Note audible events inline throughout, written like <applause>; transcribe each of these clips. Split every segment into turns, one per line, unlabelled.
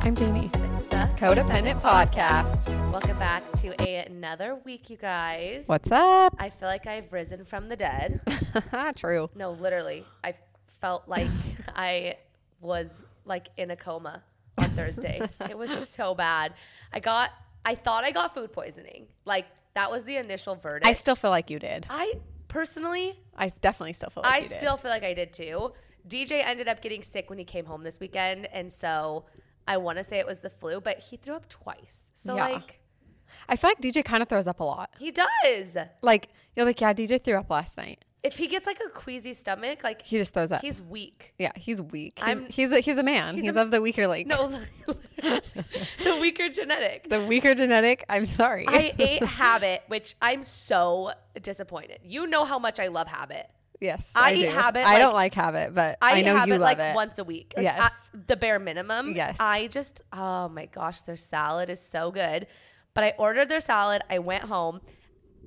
I'm Jamie.
This is the
Codependent Podcast.
Welcome back to another week, you guys.
What's up? <laughs>
I feel like I've risen from the dead.
True.
No, literally, I felt like <laughs> I was like in a coma on
<laughs>
Thursday. it was so bad. I got, I thought I got food poisoning. Like that was the initial verdict.
I still feel like you did.
I personally,
I definitely still feel like
I
you did.
still feel like I did too. DJ ended up getting sick when he came home this weekend, and so I want to say it was the flu, but he threw up twice. So
Yeah.
like.
I feel like DJ kind of throws up a lot.
He does.
Like you're like, yeah, DJ threw up last night.
If he gets like a queasy stomach, like
He just throws up.
he's weak.
yeah, he's weak. He's
I'm-
he's a, he's a man. He's,
He's a-
of the weaker league.
No, <laughs> the weaker genetic.
the weaker genetic. I'm sorry. <laughs>
I ate Habit, which I'm so disappointed. You know how much I love Habit.
yes,
I
eat
eat Habit,
I don't
like-
like habit, but
I,
I,
eat
know
Habit
you
like
love it.
once a week. Like,
Yes.
I- the bare minimum.
Yes.
I just, oh my gosh, their salad is so good. But I ordered their salad. I went home.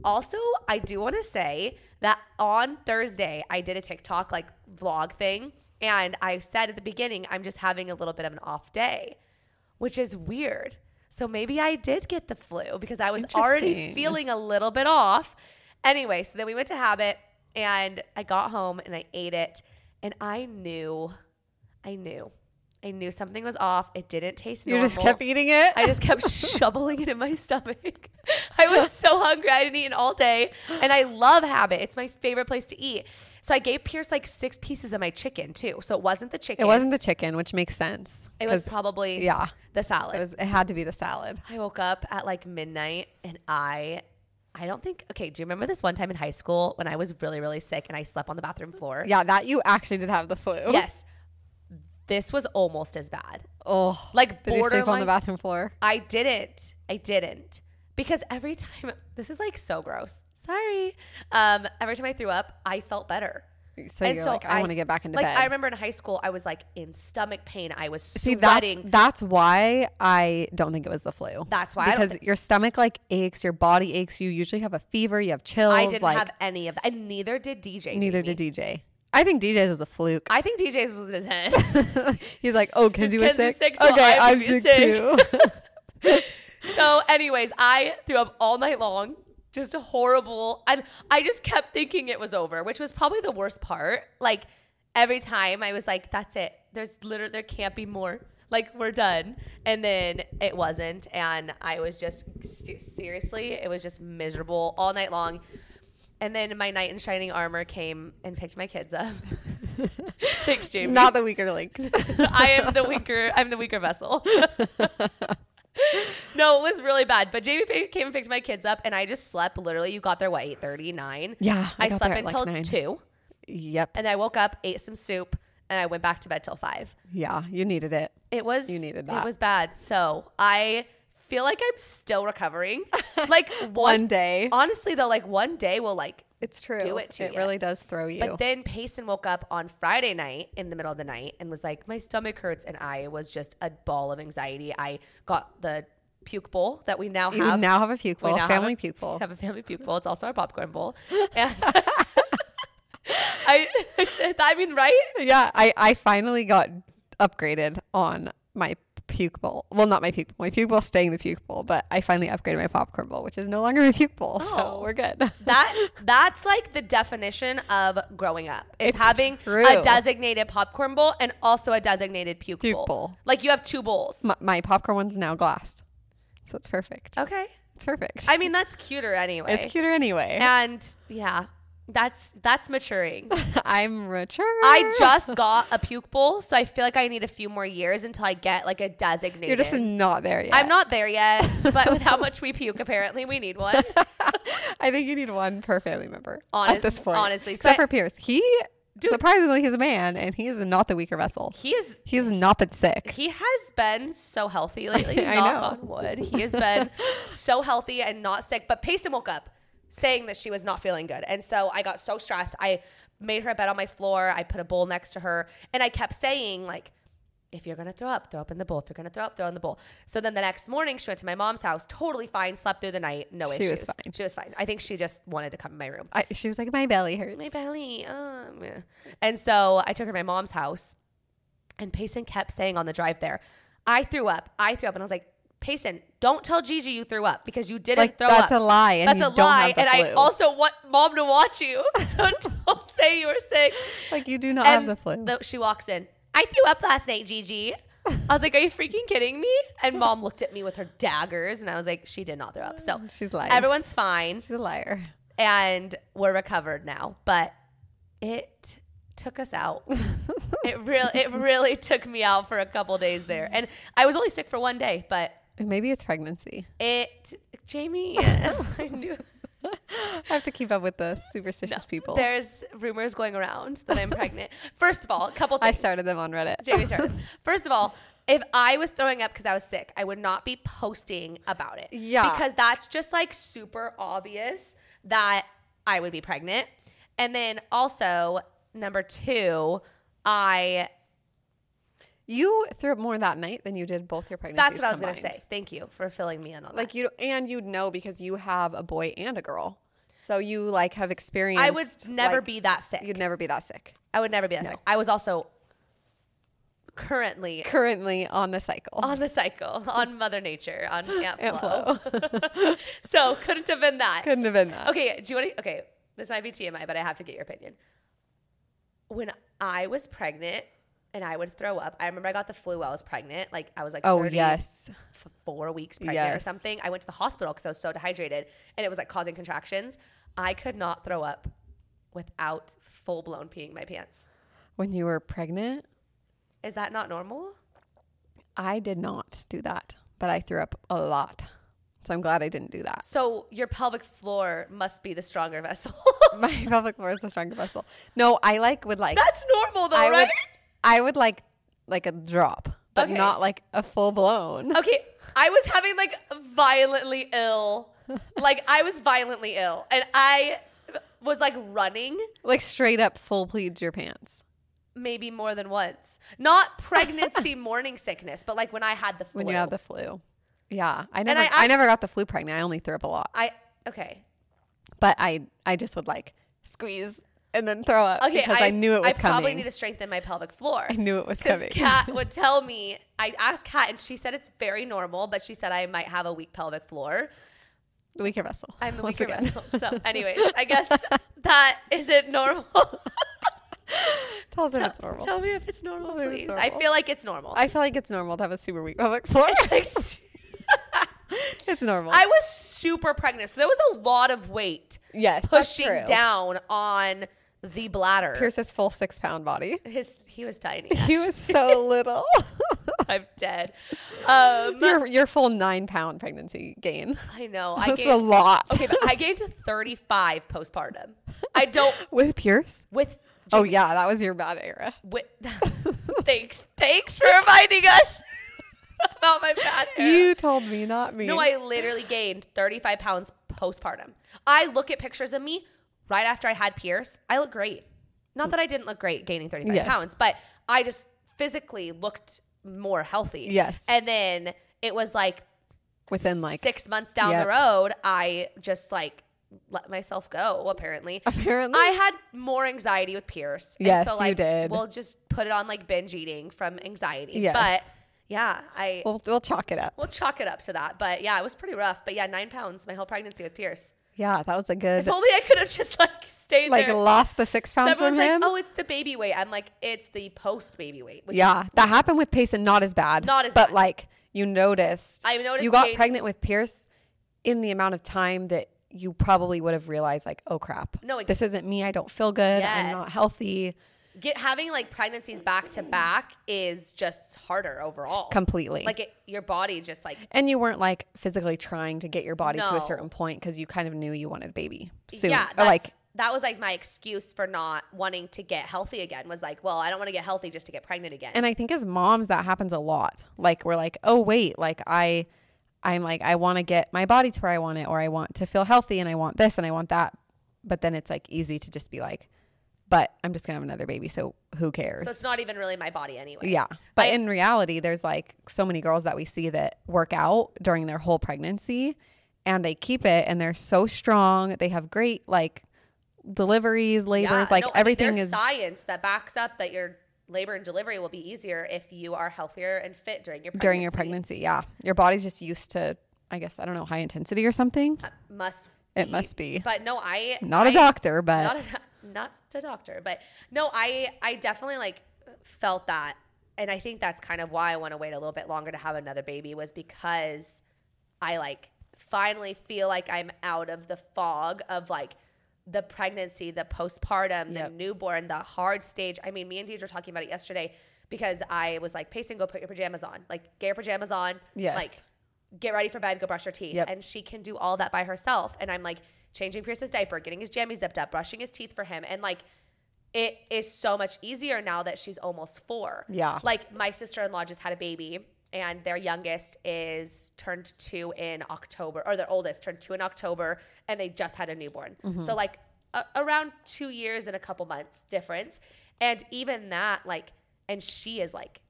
Also, I do want to say that on Thursday, I did a TikTok like vlog thing. And I said at the beginning, I'm just having a little bit of an off day, which is weird. So maybe I did get the flu because I was already
Interesting.
feeling a little bit off. Anyway, so then we went to Habit and I got home and I ate it. And I knew, I knew, I knew something was off. It didn't taste
you
normal.
just kept eating it.
I just
<laughs>
kept shoveling it in my stomach. <laughs> I was so hungry. I didn't eat all day. And I love Habit. It's my favorite place to eat. So I gave Pierce like six pieces of my chicken too. So it wasn't the chicken.
it wasn't the chicken, which makes sense.
It was
'cause
probably
yeah.
the salad.
It was. It had to be the salad.
I woke up at like midnight and I I don't think okay, do you remember this one time in high school when I was really, really sick and I slept on the bathroom floor?
Yeah, that you actually did have the flu.
Yes. This was almost as bad.
<laughs> Oh,
Like
did you sleep on the
borderline
bathroom floor?
I didn't. I didn't. Because every time this is like so gross. Sorry. Um, every time I threw up, I felt better.
So you're like, I, want to get back into
like,
bed.
I remember in high school, I was like in stomach pain. I was
See,
sweating.
that's that's why I don't think it was the flu.
That's why I don't
because
think-
your stomach like aches, your body aches. You usually have a fever. You have chills.
I didn't
like,
have any of that, and neither did DJ.
Neither did DJ. I think DJ's was a fluke. <laughs>
I think DJ's was in his head.
He's like, oh, Kenzie was
Kenzie's
sick.
sick, so
okay,
I
I'm
would be
sick,
sick. <laughs>
too. <laughs>
So, anyways, I threw up all night long. Just a horrible. And I just kept thinking it was over, which was probably the worst part. Like every time I was like, that's it. There's literally, there can't be more. Like we're done. And then it wasn't. And I was just, st- seriously, it was just miserable all night long. And then my knight in shining armor came and picked my kids up. Thanks, Jamie.
Not the weaker link.
<laughs> I am the weaker. I'm the weaker vessel. <laughs> no, it was really bad. But Jamie pa- came and picked my kids up, and I just slept. Literally, you got there what eight thirty nine.
Yeah, I
I,
got
slept
there at, like,
until
nine.
two,
<laughs> yep.
and I woke up, ate some soup, and I went back to bed till five.
Yeah, you needed it.
It was
You needed that.
It was bad. So I feel like I'm still recovering. like one,
<laughs> One day.
honestly though, like one day will like
It's true.
Do it to
It
ya.
really does throw you.
But then Payson woke up on Friday night in the middle of the night and was like, "My stomach hurts," and I was just a ball of anxiety. I got the puke bowl that we now
you
have.
now have a puke
We
bowl,
now have
family
a-
puke bowl.
Have a family puke bowl. It's also our popcorn
<laughs>
bowl. <laughs> And I, I mean, right?
yeah, I, I finally got upgraded on my puke bowl. Well, not my puke bowl. My puke bowl staying the puke bowl, but I finally upgraded my popcorn bowl, which is no longer a puke bowl. So
Oh.
we're good. <laughs>
That that's like the definition of growing up. It's,
It's
having
true.
a designated popcorn bowl and also a designated puke,
Puke
bowl.
bowl.
Like you have two bowls.
my, my popcorn one's now glass. So it's perfect.
okay.
It's perfect.
I mean, that's cuter anyway.
it's cuter anyway.
and yeah that's that's maturing
<laughs> I'm richer.
i
<laughs>
just got a puke bowl so i feel like i need a few more years until i get like a designated
You're just not there yet.
i'm not there yet but with how much we puke apparently we need one
<laughs> I think you need one per family member at
Honest-
this point.
honestly,
except
so I-
for Pierce, he surprisingly he's a man, and he is not the weaker vessel.
he is
He's not been sick.
he has been so
<laughs>
healthy lately
I
knock
know.
on wood he has been so healthy and not sick but payson woke up saying that she was not feeling good and so i got so stressed i made her a bed on my floor i put a bowl next to her and i kept saying like if you're gonna throw up, throw up in the bowl. If you're gonna throw up, throw in the bowl. So then the next morning, she went to my mom's house, totally fine, slept through the night, no
She
issues.
was fine.
She was fine. I think she just wanted to come in my room.
I, she was like, my belly hurts.
My belly, um, yeah. and so I took her to my mom's house, and Payson kept saying on the drive there, I threw up. I threw up, and I was like, Payson, don't tell Gigi you threw up because you didn't
Like
throw
that's
up.
a lie. And
that's
you
a
don't
lie,
Have the
and I
flu.
also want mom to watch you. <laughs>
<laughs>
So don't say you were sick.
like you do not
And
have the flu.
the- she walks in. I threw up last night, Gigi. I was like, "Are you freaking kidding me?" And mom looked at me with her daggers, and I was like, "She did not throw up."
<laughs>
So
She's lying.
everyone's fine,
She's a liar.
and we're recovered now. But it took us out. <laughs> it really, it really took me out for a couple days there, and I was only sick for one day. But
Maybe it's pregnancy.
it, Jamie, <laughs> I
<laughs>
knew.
I have to keep up with the superstitious people.
There's rumors going around that I'm pregnant. First of all, a couple
I
things.
started them on Reddit.
Jamie started. <laughs> First of all, if I was throwing up because I was sick, I would not be posting about it.
Yeah.
Because that's just like super obvious that I would be pregnant. And then also, number two, I
you threw up more that night than you did both your
that's
pregnancies.
what I was going to
combined.
say. Thank you for filling me in on
Like
that.
you don't- and you'd know because you have a boy and a girl, so you like have experienced.
I would never
like,
be that sick.
You'd never be that sick.
I would never be that sick. I was also currently
Currently on the cycle.
on the cycle, on Mother Nature, on Aunt,
Aunt
Flo.
Flo.
so couldn't have been that.
<laughs> Couldn't have been that.
<laughs> Okay, do you want to? Okay, this might be TMI, but I have to get your opinion. When I was pregnant and I would throw up, I remember I got the flu while I was pregnant. Like I was like,
Oh
30
yes.
f- four weeks pregnant or
Yes.
something. I went to the hospital because I was so dehydrated and it was like causing contractions. I could not throw up without full blown peeing my pants.
When you were pregnant,
Is that not normal?
I did not do that, but I threw up a lot. So I'm glad I didn't do that. <laughs>
So your pelvic floor must be the stronger vessel. <laughs>
My pelvic floor is the stronger vessel. No, I like would like
That's normal though,
I
right?
would I would like like a drop, but
Okay.
not like a full blown.
Okay, I was having like violently ill. Like I was violently ill and I was like running
Like straight up full plead your pants.
maybe more than once. Not pregnancy
<laughs>
morning sickness, but like when I had the flu.
When you have the flu. Yeah. I never
I
I,
asked-
never got the flu pregnant. I only threw up a lot.
I okay.
But I I just would like squeeze and then throw up
Okay,
because I, knew it was
I
coming.
probably need to strengthen my pelvic floor.
I
<laughs>
knew it was
Because
coming. <laughs>
Kat would tell me, I asked Kat, and she said it's very normal, but she said I might have a weak pelvic floor.
the weaker vessel.
I'm a
once
weaker
again.
vessel. So, anyways, I guess that isn't normal.
<laughs>
<laughs>
Tell us if it's normal.
Tell me if it's normal,
Tell me if
please.
it's
I
normal.
feel like it's normal. <laughs>
I feel like it's normal to have a super weak pelvic floor. <laughs> it's normal.
I was super pregnant, so there was a lot of weight
yes,
pushing
that's true.
down on the bladder.
Pierce's full six pound body.
His <laughs> he was tiny.
He was <laughs> so little.
actually. I'm dead. Um,
your your full nine pound pregnancy gain.
I know. I
That's
gained,
a lot.
<laughs> Okay, but I gained to 35 postpartum. I don't
<laughs> With Pierce?
with.
Oh yeah, that was your bad era.
with <laughs> thanks, thanks for reminding us <laughs> about my bad hair.
You told me, not me.
No, I literally gained 35 pounds postpartum. I look at pictures of me right after I had Pierce. I look great. Not that I didn't look great gaining 35
Yes.
pounds, but I just physically looked more healthy.
Yes.
And then it was like
within like
six months down
Yep.
the road, I just like let myself go, apparently.
<laughs> apparently
I had more anxiety with Pierce. and
Yes,
so,
you
like,
did.
We'll just put it on like binge eating from anxiety.
Yes.
But yeah, I
we'll, we'll chalk it up.
We'll chalk it up to that. But yeah, it was pretty rough. But yeah, nine pounds my whole pregnancy with Pierce.
Yeah, that was a
If
good
only I could have just like stayed
like
there.
lost the six pounds from
Everyone's like,
him.
oh, it's the baby weight. I'm like, it's the post baby weight. Which
yeah, that happened with Payson. Not as bad.
Not as
but
bad.
like you noticed.
I noticed
you got
Payton-
pregnant with Pierce in the amount of time that you probably would have realized like oh crap
No, it-
this isn't me i don't feel good i'm not
Yes.
healthy
Is get, having like pregnancies back to back is just harder overall.
completely
Like it, your body just like
and you weren't like physically trying to get your body to
No.
a certain point because you kind of knew you wanted a baby soon
yeah,
or
that's,
like
that was like my excuse for not wanting to get healthy again. Was like, well, I don't want to get healthy just to get pregnant again.
and i think as moms that happens a lot like we're like oh wait like i i'm like i want to get my body to where i want it or i want to feel healthy and i want this and i want that but then it's like easy to just be like but i'm just gonna have another baby so who cares
so it's not even really my body anyway.
yeah but
I-
in reality there's like so many girls that we see that work out during their whole pregnancy and they keep it and they're so strong they have great like deliveries labors
Yeah,
like
no, I mean,
everything
there's
is
science that backs up that your labor and delivery will be easier if you are healthier and fit during your pregnancy.
during your pregnancy. Yeah. Your body's just used to, I guess, I don't know, high intensity or something.
must
It must be.
But no, I
Not a
Uh, I-
doctor, but
not a, not a doctor, but no, I I definitely like felt that, and I think that's kind of why I want to wait a little bit longer to have another baby was because I like finally feel like I'm out of the fog of like the pregnancy, the postpartum, the
Yep.
newborn, the hard stage. I mean, me and Deidre were talking about it yesterday because I was like, Payson, go put your pajamas on. Like, get your pajamas on.
Yes.
Like, get ready for bed, go brush your teeth.
Yep.
And she can do all that by herself. And I'm like changing Pierce's diaper, getting his jammies zipped up, brushing his teeth for him. And like, it is so much easier now that she's almost four.
Yeah.
Like, my sister in law just had a baby, and their youngest is turned two in October, or their oldest turned two in October, and they just had a newborn.
Mm-hmm.
So, like, a- around two years and a couple months difference. And even that, like, and she is like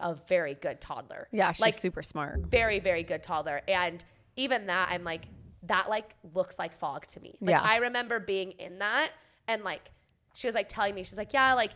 a very good toddler.
yeah, she's
like,
super smart.
very very good toddler and even that i'm like that like looks like fog to me like
Yeah.
i remember being in that and like she was like telling me she's like yeah like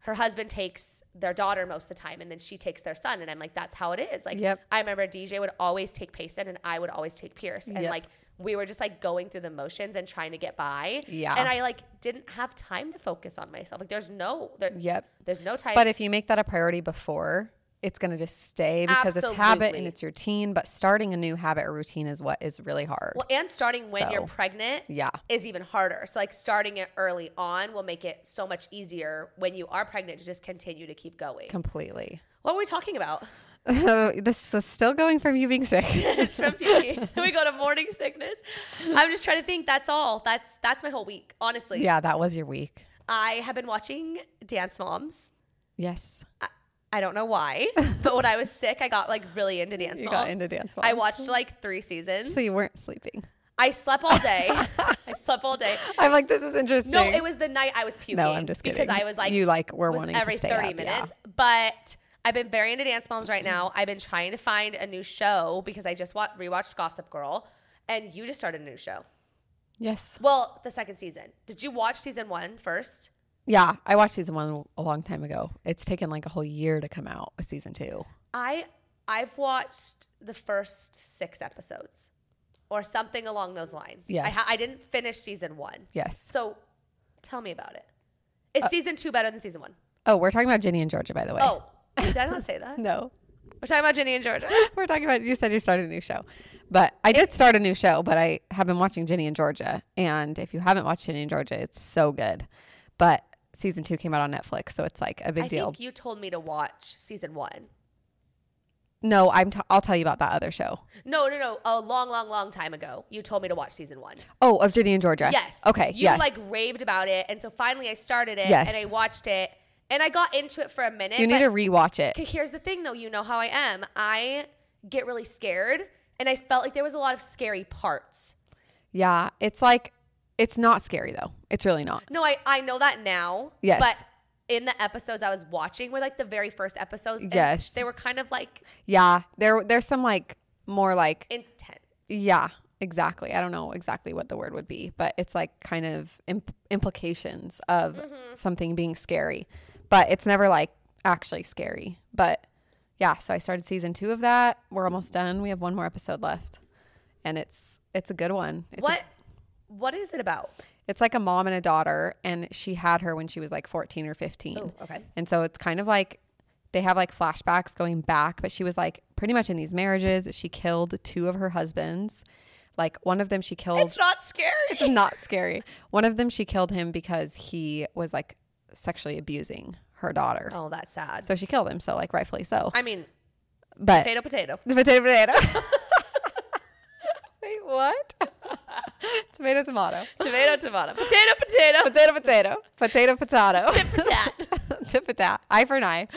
her husband takes their daughter most of the time and then she takes their son and i'm like that's how it is like
Yep.
i remember dj would always take payson and i would always take pierce and
Yep.
like we were just like going through the motions and trying to get by
Yeah.
and i like didn't have time to focus on myself like there's no there,
Yep.
there's no time
But if you make that a priority before, it's going to just stay because it's habit and
Absolutely.
it's routine. But starting a new habit or routine is what is really hard.
well and starting when you're
So,
pregnant
yeah.
is even harder. So like starting it early on will make it so much easier when you are pregnant to just continue to keep going.
Completely. <laughs>
What were we talking about? <laughs>
this is still going from you being sick.
It's from beauty. <laughs> we go to morning sickness. I'm just trying to think. That's all. That's that's my whole week. Honestly,
yeah, that was your week.
I have been watching Dance Moms.
Yes.
I don't know why, <laughs> but when I was sick, I got like really into Dance
You
Moms.
got into Dance
I
Moms.
watched like three seasons.
So you weren't sleeping.
I slept all
<laughs>
day. I slept all day.
I'm like, this is interesting.
No, it was the night I was puking.
No, I'm just kidding.
Because I was like,
you like were
was
wanting
every
to stay
30
up,
minutes. But I've been very into Dance Moms right now. I've been trying to find a new show because I just wa- rewatched Gossip Girl, and you just started a new show.
Yeah. Yes.
Well, the second season. Did you watch season one first?
Yeah, I watched season one a long time ago. It's taken like a whole year to come out with season two.
I I've watched the first six episodes, or something along those lines. I,
Yes.
ha- I didn't finish season one,
Yes.
so tell me about it. Is
Uh,
season two better than season one?
Oh, we're talking about Ginny and Georgia, by the way.
Oh, did I not say
<laughs>
that?
no.
We're talking about Ginny and Georgia.
We're talking about you said you started a new show. But I did start a new show, but I have been watching Ginny and Georgia. And if you haven't watched Ginny and Georgia, it's so good. But season two came out on Netflix, so it's like a big
I
deal.
think you told me to watch season one.
no, I'm t- I'll tell you about that other show.
No, no, no. A long, long, long time ago, you told me to watch season one.
Oh, of Ginny and Georgia.
Yes.
Okay.
You
yes.
like raved about it, and so finally I started it,
Yes.
and I watched it, and I got into it for a minute.
you need
but-
to rewatch it.
Okay, here's the thing, though. You know how I am. I get really scared, and I felt like there was a lot of scary parts.
Yeah. It's like it's not scary though. It's really not.
No, I I know that now.
Yes.
But in the episodes I was watching were like the very first episodes. and
Yes.
They were kind of like
Yeah. There there's some like more like
intense.
Yeah, exactly. I don't know exactly what the word would be, but it's like kind of imp- implications of something being scary, but it's never like actually scary. But yeah, so I started season two of that. We're almost done. We have one more episode left, and it's it's a good one. It's a-
What what is it about?
it's like a mom and a daughter, and she had her when she was like fourteen or fifteen.
okay.
And so it's kind of like they have like flashbacks going back, but she was like pretty much in these marriages. She killed two of her husbands. Like one of them, she killed.
It's not scary.
It's <laughs> not scary. One of them, she killed him because he was like sexually abusing her daughter.
Oh, that's sad.
So she killed him. So like rightfully so.
I mean,
But
potato, potato.
potato, potato. Wait, what? <laughs> tomato, tomato.
Tomato, tomato. Potato, potato.
Potato, potato. Potato, potato.
Tit for tat.
<laughs> tit for tat, eye for an eye.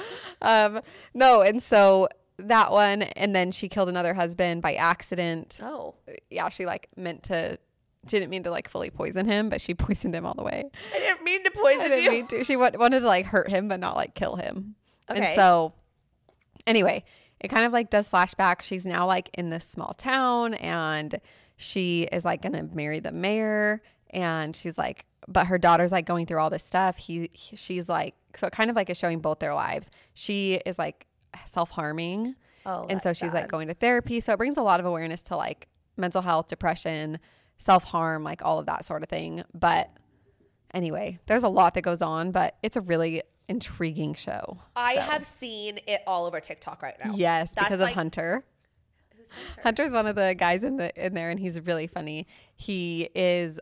Um, no, and so that one, and then she killed another husband by accident. Uh,
Oh.
Yeah, she like meant to, she didn't mean to like fully poison him, but she <laughs> poisoned him all the way.
I didn't mean to
I
poison
didn't
you.
mean to. She wa- wanted to like hurt him, but not like kill him.
Okay.
And so, anyway, it kind of like does flashback. She's now like in this small town, and she is like gonna marry the mayor, and she's like, but her daughter's like going through all this stuff. He, he- she's like so it kind of like is showing both their lives. She is like self harming.
Oh,
and so
that's
she's
sad.
like going to therapy. So it brings a lot of awareness to like mental health, depression, self harm, like all of that sort of thing. But anyway, there's a lot that goes on, but it's a really intriguing show.
I
So-
have seen it all over TikTok right now.
Yes,
That's
because
like-
of Hunter.
Who's Hunter?
Hunter's one of the guys in the in there, and he's really funny. He is,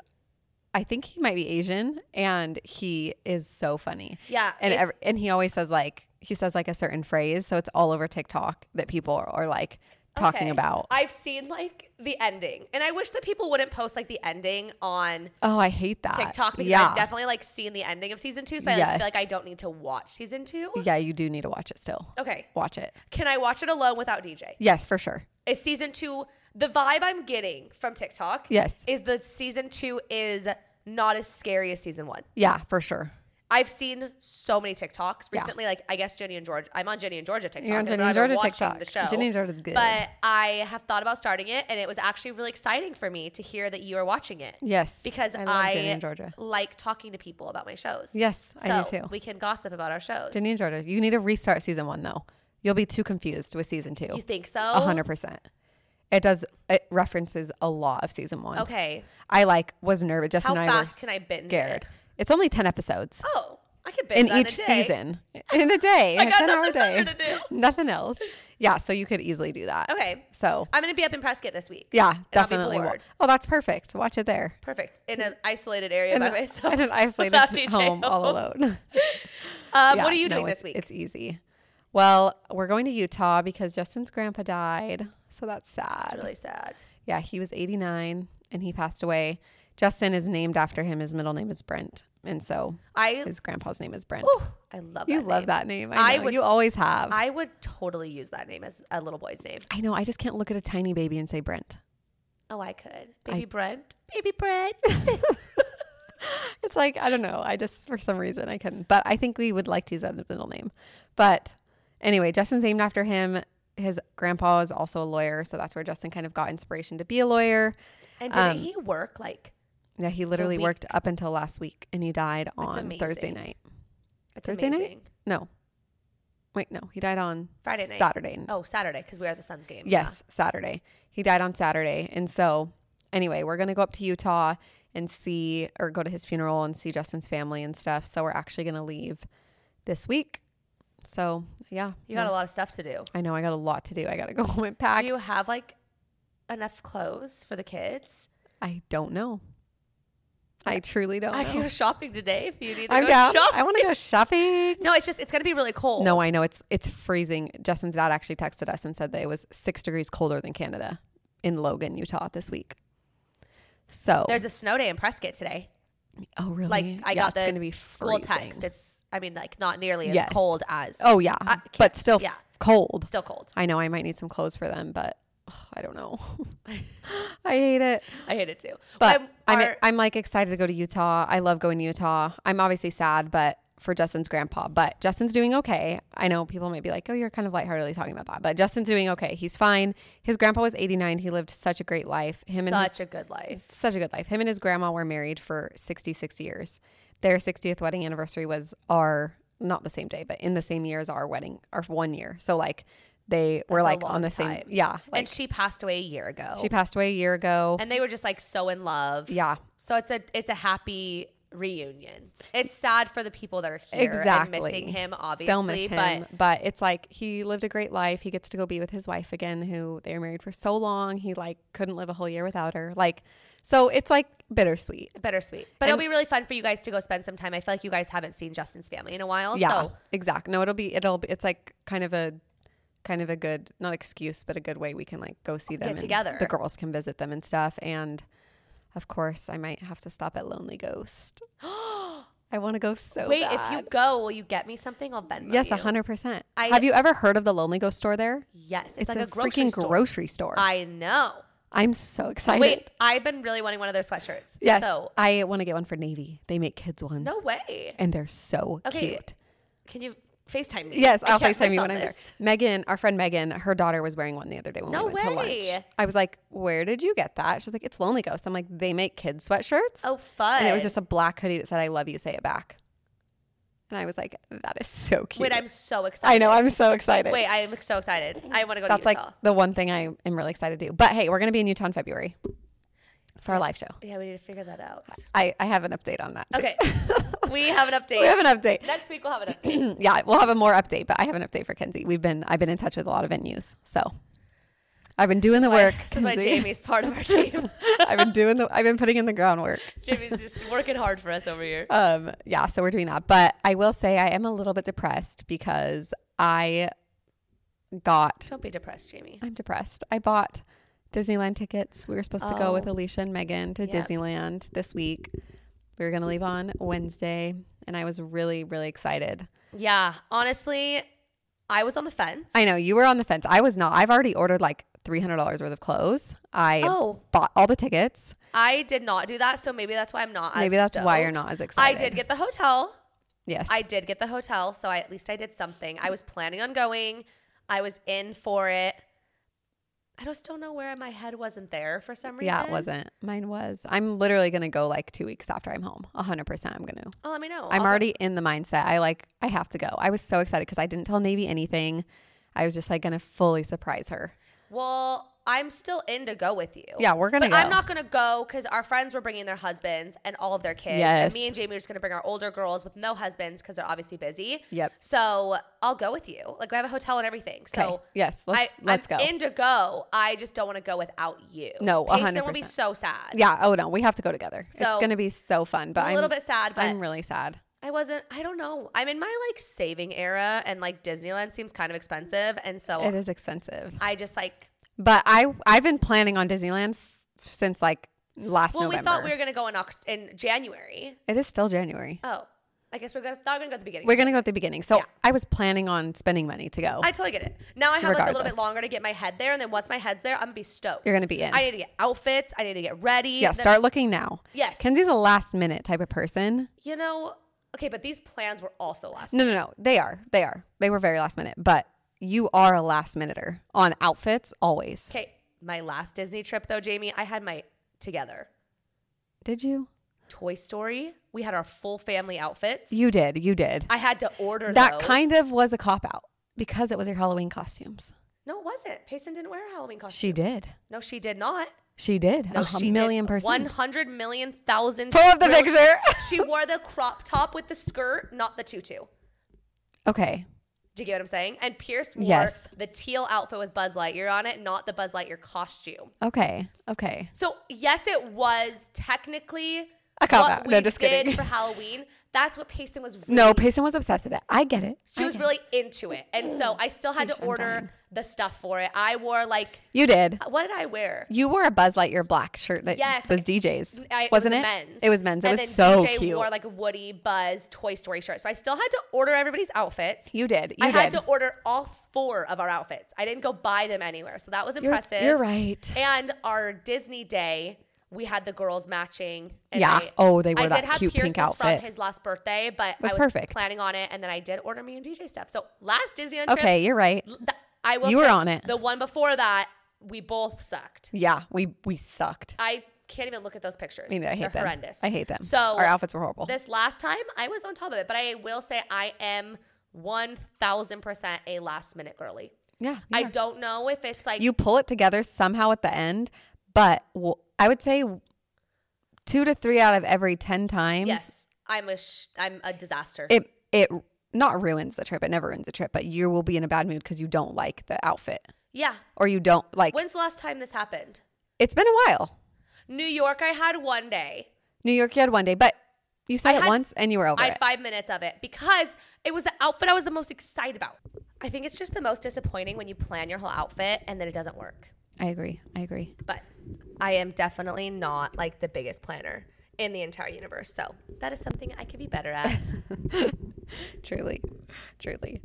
I think he might be Asian, and he is so funny.
Yeah,
and
it's-
ev- and he always says like he says like a certain phrase, so it's all over TikTok that people are, are like talking
Okay.
about.
I've seen like the ending, and I wish that people wouldn't post like the ending on
oh, I hate that
TikTok because
yeah,
I've definitely like seen the ending of season two, so I like,
Yes.
feel like I don't need to watch season two.
yeah, you do need to watch it still.
Okay,
Watch it.
can I watch it alone without DJ?
Yes, for sure.
Is season two the vibe I'm getting from TikTok?
Yes.
is the season two is not as scary as season one.
Yeah, for sure.
I've seen so many TikToks
Yeah.
recently. Like I guess Jenny and George. I'm on Jenny and Georgia TikTok.
You're on
and
Jenny
I'm
and
not
Georgia
even watching
TikTok.
The show,
Jenny and Georgia's good.
But I have thought about starting it, and it was actually really exciting for me to hear that you are watching it.
Yes,
Because I,
I love Jenny and Georgia.
like talking to people about my shows.
Yes,
so
I do too.
We can gossip about our shows.
Jenny and Georgia, you need to restart season one though. You'll be too confused with season two.
you think so?
A hundred percent. It does. It references a lot of season one.
Okay.
I like was nervous. Justin
How
and I were
fast can I binge
scared.
it?
It's only ten
<gasps>
episodes
Oh, I could binge
in
that a
each
day.
season in a day.
<laughs> I
a
got
ten-hour
nothing better
day.
to
<laughs> Nothing else. Yeah, so you could easily do that.
Okay.
So
I'm gonna be up in Prescott this week.
yeah,
I'll be
definitely. wa-
bored.
Oh, that's perfect. Watch it there.
Perfect. In an isolated area
In,
by
a- <laughs>
myself.
in an isolated
<laughs> without
t-
DJ
home, all
home. <laughs>
alone.
Um,
Yeah,
what are you
no,
doing
it's-
this week?
It's easy. Well, we're going to Utah because Justin's grandpa died, so that's sad.
It's really sad.
Yeah, he was 89 and he passed away. Justin is named after him. His middle name is Brent. And so
I
his grandpa's name is Brent.
Ooh, I love
you
that
love
name.
that name. I,
I
know.
would-
you always have. I,
I would totally use that name as a little boy's name.
know. I just can't look at a tiny baby and say Brent. <laughs>
Oh, I could. Baby Brent. Baby Brent.
It's like, I don't know. I just, for some reason, I couldn't. But I think we would like to use that as a middle name. But anyway, Justin's named after him. His grandpa is also a lawyer. So that's where Justin kind of got inspiration to be a lawyer.
and didn't
Um,
he work like
Yeah, he literally
week.
worked up until last week and he died on Thursday
amazing.
night.
it's
Thursday night?
amazing.
No. Wait, no. He died on
Friday night.
Saturday.
Oh, Saturday because we were at the Suns game.
Yes, Saturday. He died on Saturday. And so, anyway, we're going to go up to Utah and see, or go to his funeral and see Justin's family and stuff. So, we're actually going to leave this week. So, yeah.
Yeah. You got a lot of stuff to do.
I know I got a lot to do. Mm-hmm. I got to go <laughs> home and pack.
Do you have like enough clothes for the kids?
I don't know. I truly don't
I can
know.
go shopping today if you need to
Oh, I'm
go
down.
shopping.
I want to go shopping.
no, it's just it's gonna be really cold.
No, I know it's it's freezing. Justin's dad actually texted us and said that it was six degrees colder than Canada in Logan, Utah this week. So
There's a snow day in Prescott today.
oh really?
Like I
Yeah,
got
it's
the
gonna be
school
freezing.
text. It's I mean like not nearly
Yes.
as cold as
Oh yeah,
I can't-
but still
yeah.
cold.
still cold.
I know I might need some clothes for them, but ugh, I don't know. <laughs> I hate it.
I hate it too.
But
Um,
I'm
our-
I'm like excited to go to Utah. I love going to Utah. I'm obviously sad, but for Justin's grandpa, but Justin's doing okay. I know people might be like, "Oh, you're kind of lightheartedly talking about that," but Justin's doing okay. He's fine. His grandpa was 89. He lived such a great life. Him and
such
his,
a good life.
such a good life. Him and his grandma were married for 66 years. Their 60th wedding anniversary was our not the same day, but in the same year as our wedding, our one year. So like they were
That's a
like on
long
the same.
time.
Yeah, like
and she passed away a year ago.
she passed away a year ago.
and they were just like so in love.
yeah,
So it's a it's a happy reunion. It's sad for the people that are here
Exactly.
and missing him, obviously.
they'll miss him,
But
but, it's like he lived a great life. He gets to go be with his wife again, who they were married for so long. He like couldn't live a whole year without her. Like, so it's like bittersweet.
bittersweet. But it'll be really fun for you guys to go spend some time. I feel like you guys haven't seen Justin's family in a while.
Yeah,
So
exactly. No, it'll be it'll be, it's like kind of a kind of a good not excuse, but a good way we can like go see them and
together.
The girls can visit them and stuff, and of course, I might have to stop at Lonely
<gasps>
Ghost. I want to go so
wait, if
bad.
you go, will you get me something? I'll Venmo
Oh, Yes,
you.
hundred percent.
I-
Have you ever heard of the Lonely Ghost store? There,
Yes, it's,
it's,
like
a,
a, grocery
freaking
store.
grocery store.
I know.
I'm so excited.
Wait, I've been really wanting one of their sweatshirts.
Yes.
So
I want to get one for Navy. They make kids ones.
no way.
And they're so
Okay.
cute.
Can you FaceTime me?
Yes,
I
I'll
can't
FaceTime
miss
you
all
when I'm there.
this.
Megan, our friend Megan, her daughter was wearing one the other day when
No
we went to lunch.
way.
I was like, Where did you get that? She's like, It's Lonely Ghost. I'm like, They make kids sweatshirts.
Oh, fun.
And it was just a black hoodie that said, I love you, say it back. And I was like, that is so cute.
Wait, I'm so excited.
I know, I'm so excited.
Wait, I am so excited. I want to go
That's
to
like
Utah.
the one thing I am really excited to do. But hey, we're going to be in Utah in February for our live show.
yeah, we need to figure that
<laughs>
out.
I, I have an update on that. too.
Okay. we have an update.
we have an update. <clears throat>
Next week we'll have an update.
yeah, we'll have a more update, but I have an update for Kenzie. We've been I've been in touch with a lot of venues, so I've been doing the <laughs> work.
This is why
Kenzie.
Jamie's part of our team.
<laughs>
<laughs>
I've been doing the I've been putting in the groundwork.
Jamie's just working hard for us over here.
Um, yeah, so we're doing that. But I will say I am a little bit depressed because I got
Don't be depressed, Jamie.
I'm depressed. I bought Disneyland tickets. We were supposed to go with
Oh.
Alicia and Megan to
Yep.
Disneyland this week. We were gonna leave on Wednesday, and I was really, really excited.
Yeah, honestly, I was on the fence.
I know you were on the fence. I was not. I've already ordered like three hundred dollars worth of clothes. I
Oh.
bought all the tickets.
I did not do that, so maybe that's why I'm not. as
Maybe that's why you're
stoked.
not as
I
excited.
did get the hotel.
yes.
I did get the hotel, so I at least I did something. I was planning on going. I was in for it. I just don't know where my head wasn't there for some reason.
yeah, it wasn't. Mine was. I'm literally gonna go like two weeks after I'm home. hundred percent. I'm gonna.
Oh, let me know.
I'm
I'll-
already in the mindset. I like. I have to go. I was so excited because I didn't tell Navy anything. I was just like gonna fully surprise her.
Well, I'm still in to go with you.
Yeah, we're gonna
But
go.
I'm not gonna go because our friends were bringing their husbands and all of their kids. And
Yes.
me and Jamie are just gonna bring our older girls with no husbands because they're obviously busy.
Yep.
So I'll go with you. Like we have a hotel and everything.
Okay.
So
yes. Let's
I,
let's
I'm
go.
in to go. I just don't want to go without you.
No,
Payson will be
100%.
so sad.
yeah. Oh no, we have to go together.
So,
it's gonna be so fun. But
I'm a
I'm
little bit sad, but
I'm really sad.
I wasn't. I don't know. I'm in my like saving era, and like Disneyland seems kind of expensive, and so
It is expensive.
I just like.
But I I've been planning on Disneyland f- since like last
Well,
November.
we thought we were gonna go in Oct- in January.
it is still January.
Oh, I guess we're gonna thought we're gonna go at the beginning.
We're gonna go at the beginning. So
Yeah.
I was planning on spending money to go.
I totally get it. Now I have like a little bit
Regardless.
longer to get my head there, and then once my head's there, I'm gonna be stoked.
You're gonna be in.
I need to get outfits. I need to get ready.
yeah,
then-
start looking now.
Yes.
Kenzie's a last minute type of person.
you know. Okay, but these plans were also last.
No, no, no. They are. They are. They were very last minute. But you are a last minuter on outfits always.
Okay, my last Disney trip though, Jamie, I had my together.
Did you?
Toy Story. We had our full family outfits.
You did. You did.
I had to order
that kind of was a cop out because it was your Halloween costumes.
No, it wasn't. Payson didn't wear a Halloween costume.
She did.
No, she did not.
She did.
No,
a
she
million
did.
percent.
One hundred million thousand.
Pull up the
trillion-
picture.
<laughs> she wore the crop top with the skirt, not the tutu.
Okay.
Do you get what I'm saying? And Pierce wore
Yes.
the teal outfit with Buzz Lightyear on it, not the Buzz Lightyear costume.
Okay. Okay.
So yes, it was technically
A cop
what
out.
we
No, just
did
kidding.
for Halloween. That's what Payson was. Really
No, Payson was obsessed with it. I get it.
She
I
was
get it.
really into it, and so I still had
Sheesh,
to
I'm
order
dying.
the stuff for it. I wore like
You did.
what did I wear?
You wore a Buzz Lightyear black shirt that
Yes.
was DJ's,
I,
wasn't
it? Was
it?
Men's.
It was men's. It
and
was
then
so
DJ
cute.
Wore like a Woody Buzz Toy Story shirt, so I still had to order everybody's outfits.
you did. You
I
did.
had to order all four of our outfits. I didn't go buy them anywhere, so that was
You're-
impressive.
You're right.
And our Disney day, we had the girls matching. And
Yeah. Oh, they wore
I
that
did have
cute pink
Pierce's from
outfit.
his last birthday, but
Was
I was
perfect.
planning on it, and then I did order me and DJ stuff. So last Disneyland trip,
Okay, you're right.
th- I will.
You were
say
on it.
The one before that, we both sucked.
Yeah, we we sucked.
I can't even look at those pictures.
I, mean, I hate
They're
them.
horrendous.
I hate them.
So
our outfits were horrible.
this last time, I was on top of it, but I will say I am one thousand percent a last minute girly.
yeah, you
I
are.
don't know if it's like
you pull it together somehow at the end, but w- I would say two to three out of every ten times,
yes, I'm a sh- I'm a disaster.
it it not ruins the trip. It never ruins the trip, but you will be in a bad mood because you don't like the outfit
yeah.
or you don't like.
When's the last time this happened?
it's been a while.
New York, I had one day.
New York, you had one day, but you said
I
it
had-
once and you were over
I
it.
had five minutes of it because it was the outfit I was the most excited about. I think it's just the most disappointing when you plan your whole outfit and then it doesn't work.
I agree. I agree.
But I am definitely not like the biggest planner in the entire universe. So that is something I could be better at.
Truly, truly.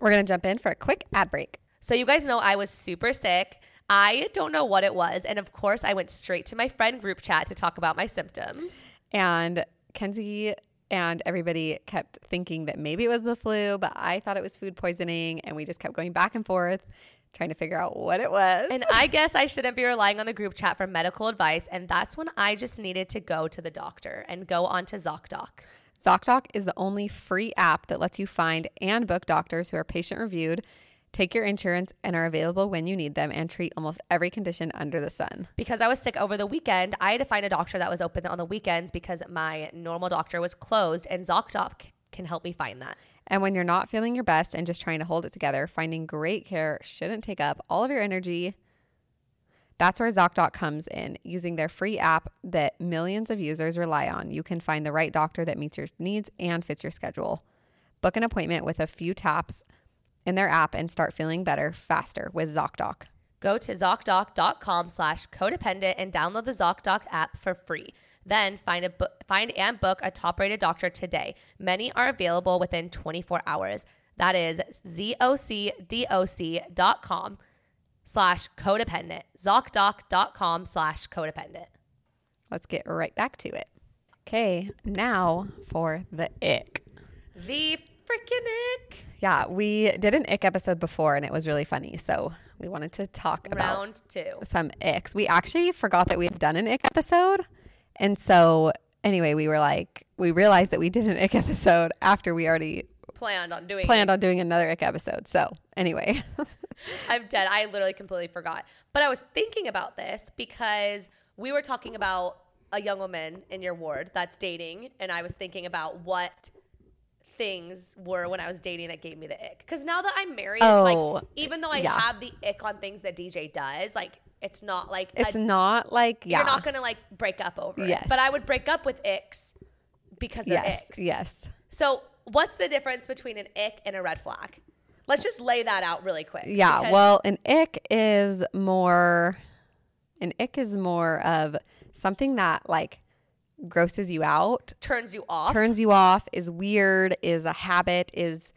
We're gonna jump in for a quick ad break.
So you guys know I was super sick. I don't know what it was. And of course, I went straight to my friend group chat to talk about my symptoms.
And Kenzie and everybody kept thinking that maybe it was the flu, but I thought it was food poisoning. And we just kept going back and forth trying to figure out what it was.
And I guess I shouldn't be relying on the group chat for medical advice. And that's when I just needed to go to the doctor and go on to ZocDoc.
ZocDoc is the only free app that lets you find and book doctors who are patient reviewed, take your insurance, and are available when you need them and treat almost every condition under the sun.
because I was sick over the weekend, I had to find a doctor that was open on the weekends because my normal doctor was closed, and ZocDoc c- can help me find that.
And when you're not feeling your best and just trying to hold it together, finding great care shouldn't take up all of your energy. That's where ZocDoc comes in. Using their free app that millions of users rely on, you can find the right doctor that meets your needs and fits your schedule. Book an appointment with a few taps in their app and start feeling better faster with ZocDoc.
Go to ZocDoc.com slash codependent and download the ZocDoc app for free. Then find a bo- find and book a top rated doctor today. Many are available within 24 hours. That is ZocDoc.com slash codependent. ZocDoc.com slash codependent.
Let's get right back to it. Okay, now for the ick.
The freaking ick.
Yeah, we did an ick episode before and it was really funny. So we wanted to talk about
Round two.
some icks. We actually forgot that we had done an ick episode. And so, anyway, we were like, we realized that we did an ick <laughs> episode after we already
Planned on doing
planned on doing another ick episode. So, anyway, <laughs>
I'm dead. I literally completely forgot. But I was thinking about this because we were talking about a young woman in your ward that's dating, and I was thinking about what things were when I was dating that gave me the ick. Because now that I'm married, it's
Oh,
like even though I
yeah.
have the ick on things that DJ does, like it's not like
it's
a,
not like, yeah.
you're not gonna like break up over.
Yes.
It. But I would break up with icks because they're
yes.
icks.
Yes.
So, what's the difference between an ick and a red flag? Let's just lay that out really quick.
Yeah.
because-
Well, an ick is more, an ick is more of something that like grosses you out
turns you off.
turns you off is weird is a habit is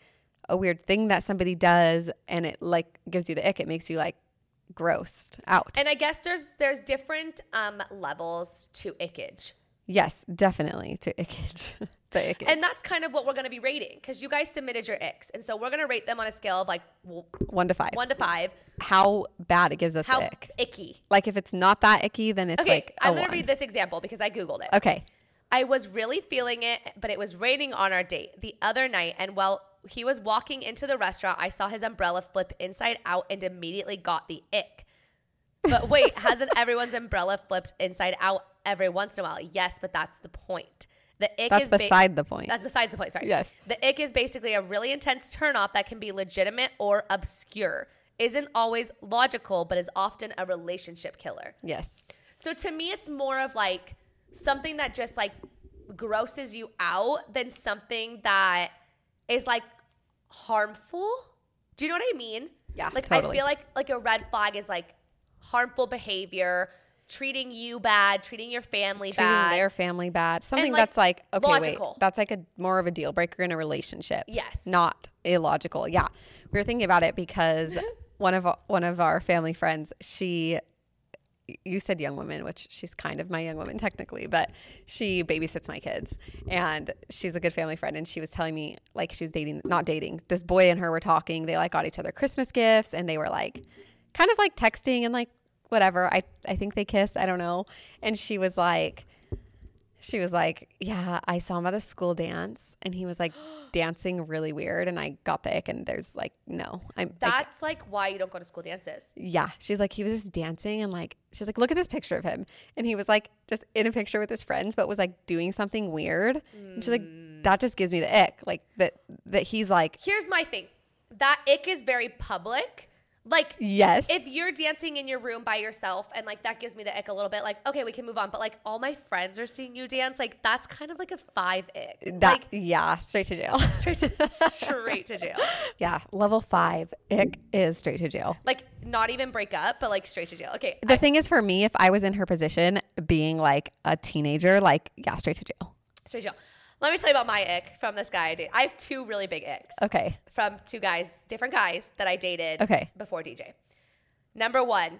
a weird thing that somebody does and it like gives you the ick it makes you like grossed out
and I guess there's there's different um, levels to ickage,
yes definitely to ickage <laughs> the ickage
and that's kind of what we're going to be rating because you guys submitted your icks, and so we're going to rate them on a scale of like w-
one to five
one to five.
how bad it gives us
How
the ick
icky?
like if it's not that icky then it's
Okay,
like a
I'm going
one.
to read this example because I googled it.
okay
I was really feeling it, but it was raining on our date the other night. And while he was walking into the restaurant, I saw his umbrella flip inside out and immediately got the ick. But
<laughs>
wait, hasn't everyone's umbrella flipped inside out every once in a while? Yes, but that's the point. The ick
that's
is ba-
beside the point
that's besides the point. Sorry.
Yes.
The ick is basically a really intense turnoff that can be legitimate or obscure. Isn't always logical, but is often a relationship killer.
yes
So to me, it's more of like something that just like grosses you out than something that is like harmful. Do you know what I mean?
Yeah,
Like I
totally.
feel like like a red flag is like harmful behavior, treating you bad, treating your family
treating
bad.
their family bad something
like,
that's like okay
logical.
wait that's like a more of a deal breaker in a relationship
Yes.
not illogical yeah we were thinking about
<laughs>
it because one of one of our family friends she you said young woman which she's kind of my young woman technically but she babysits my kids and she's a good family friend and she was telling me like she was dating not dating this boy and her were talking they like got each other christmas gifts and they were like kind of like texting and like whatever i i think they kissed i don't know and she was like she was like, Yeah, I saw him at a school dance and he was like <gasps> dancing really weird. And I got the ick and there's like, No, I'm like,
That's like why you don't go to school dances.
yeah. She's like, He was just dancing and like, she's like, Look at this picture of him. And he was like, just in a picture with his friends, but was like doing something weird. And she's
Mm.
like, That just gives me the ick. Like, that, that he's like,
Here's my thing. That ick is very public. Like
Yes.
if you're dancing in your room by yourself and like that gives me the ick a little bit like okay we can move on but like all my friends are seeing you dance like that's kind of like a five ick
that,
like
yeah, straight to
<laughs>
jail.
straight to, straight to jail
<laughs> yeah. Level five ick is straight to jail.
like not even break up but like straight to jail okay
The thing is, for me, if I was in her position, being like a teenager, like, yeah, straight to jail.
straight to jail let me tell you about my ick from this guy I date. I have two really big icks
Okay.
from two guys, different guys that I dated
Okay.
before DJ. Number one,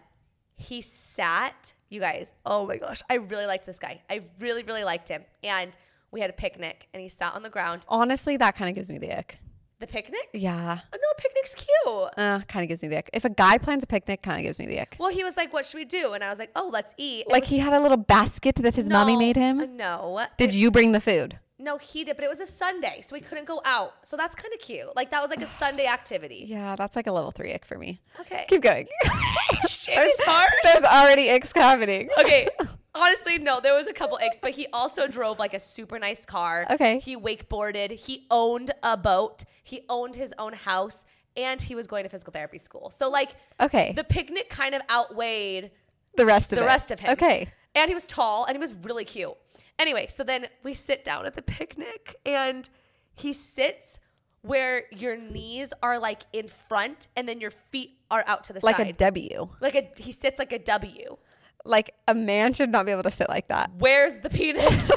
he sat, you guys, oh my gosh, I really liked this guy. I really, really liked him. And we had a picnic and he sat on the ground.
Honestly, that kind of gives me the ick.
The picnic?
Yeah.
Oh, no, picnic's cute.
Uh, kind of gives me the ick. If a guy plans a picnic, kind of gives me the ick.
Well, he was like, what should we do? And I was like, oh, let's eat. It
Like
was-
he had a little basket that his mommy
No, uh,
made him.
No.
Did you bring the food?
No, he did, but it was a Sunday, so we couldn't go out. So that's kind of cute. Like that was like a
<sighs>
Sunday activity.
Yeah, that's like a level three ick for me. <laughs>
Okay.
Keep going.
<laughs> It's
<laughs>
hard.
There's already icks happening.
Okay. Honestly, no, there was a couple icks, but he also drove like a super nice car.
Okay.
He wakeboarded. He owned a boat. He owned his own house. And he was going to physical therapy school. So like
Okay.
the picnic kind of outweighed
The rest of
the
it.
rest of him.
Okay.
And he was tall and he was really cute. Anyway, so then we sit down at the picnic and he sits where your knees are like in front and then your feet are out to the
Like a
side.
W.
like a he sits like a W.
Like a man should not be able to sit like that.
Where's the
<laughs>
penis?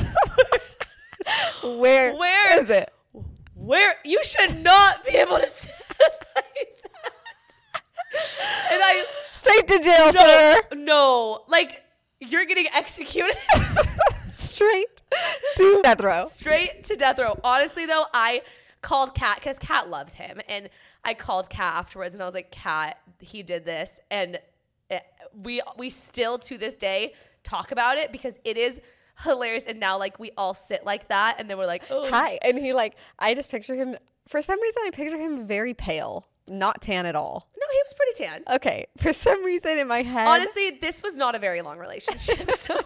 Where?
Where-
is it?
where you should not be able to sit <laughs> like that. And I
Straight to jail,
no,
sir.
no, like you're getting executed. <laughs>
Straight to death row.
straight to death row. Honestly, though, I called Kat because Kat loved him, and I called Kat afterwards, and I was like, "Kat, he did this," and eh, we we still to this day talk about it because it is hilarious. And now, like, we all sit like that, and then we're like, "Oh,
Hi. And he like, I just picture him. For some reason, I picture him very pale, not tan at all.
no, he was pretty tan."
Okay. For some reason in my head,
Honestly, this was not a very long relationship, <laughs> so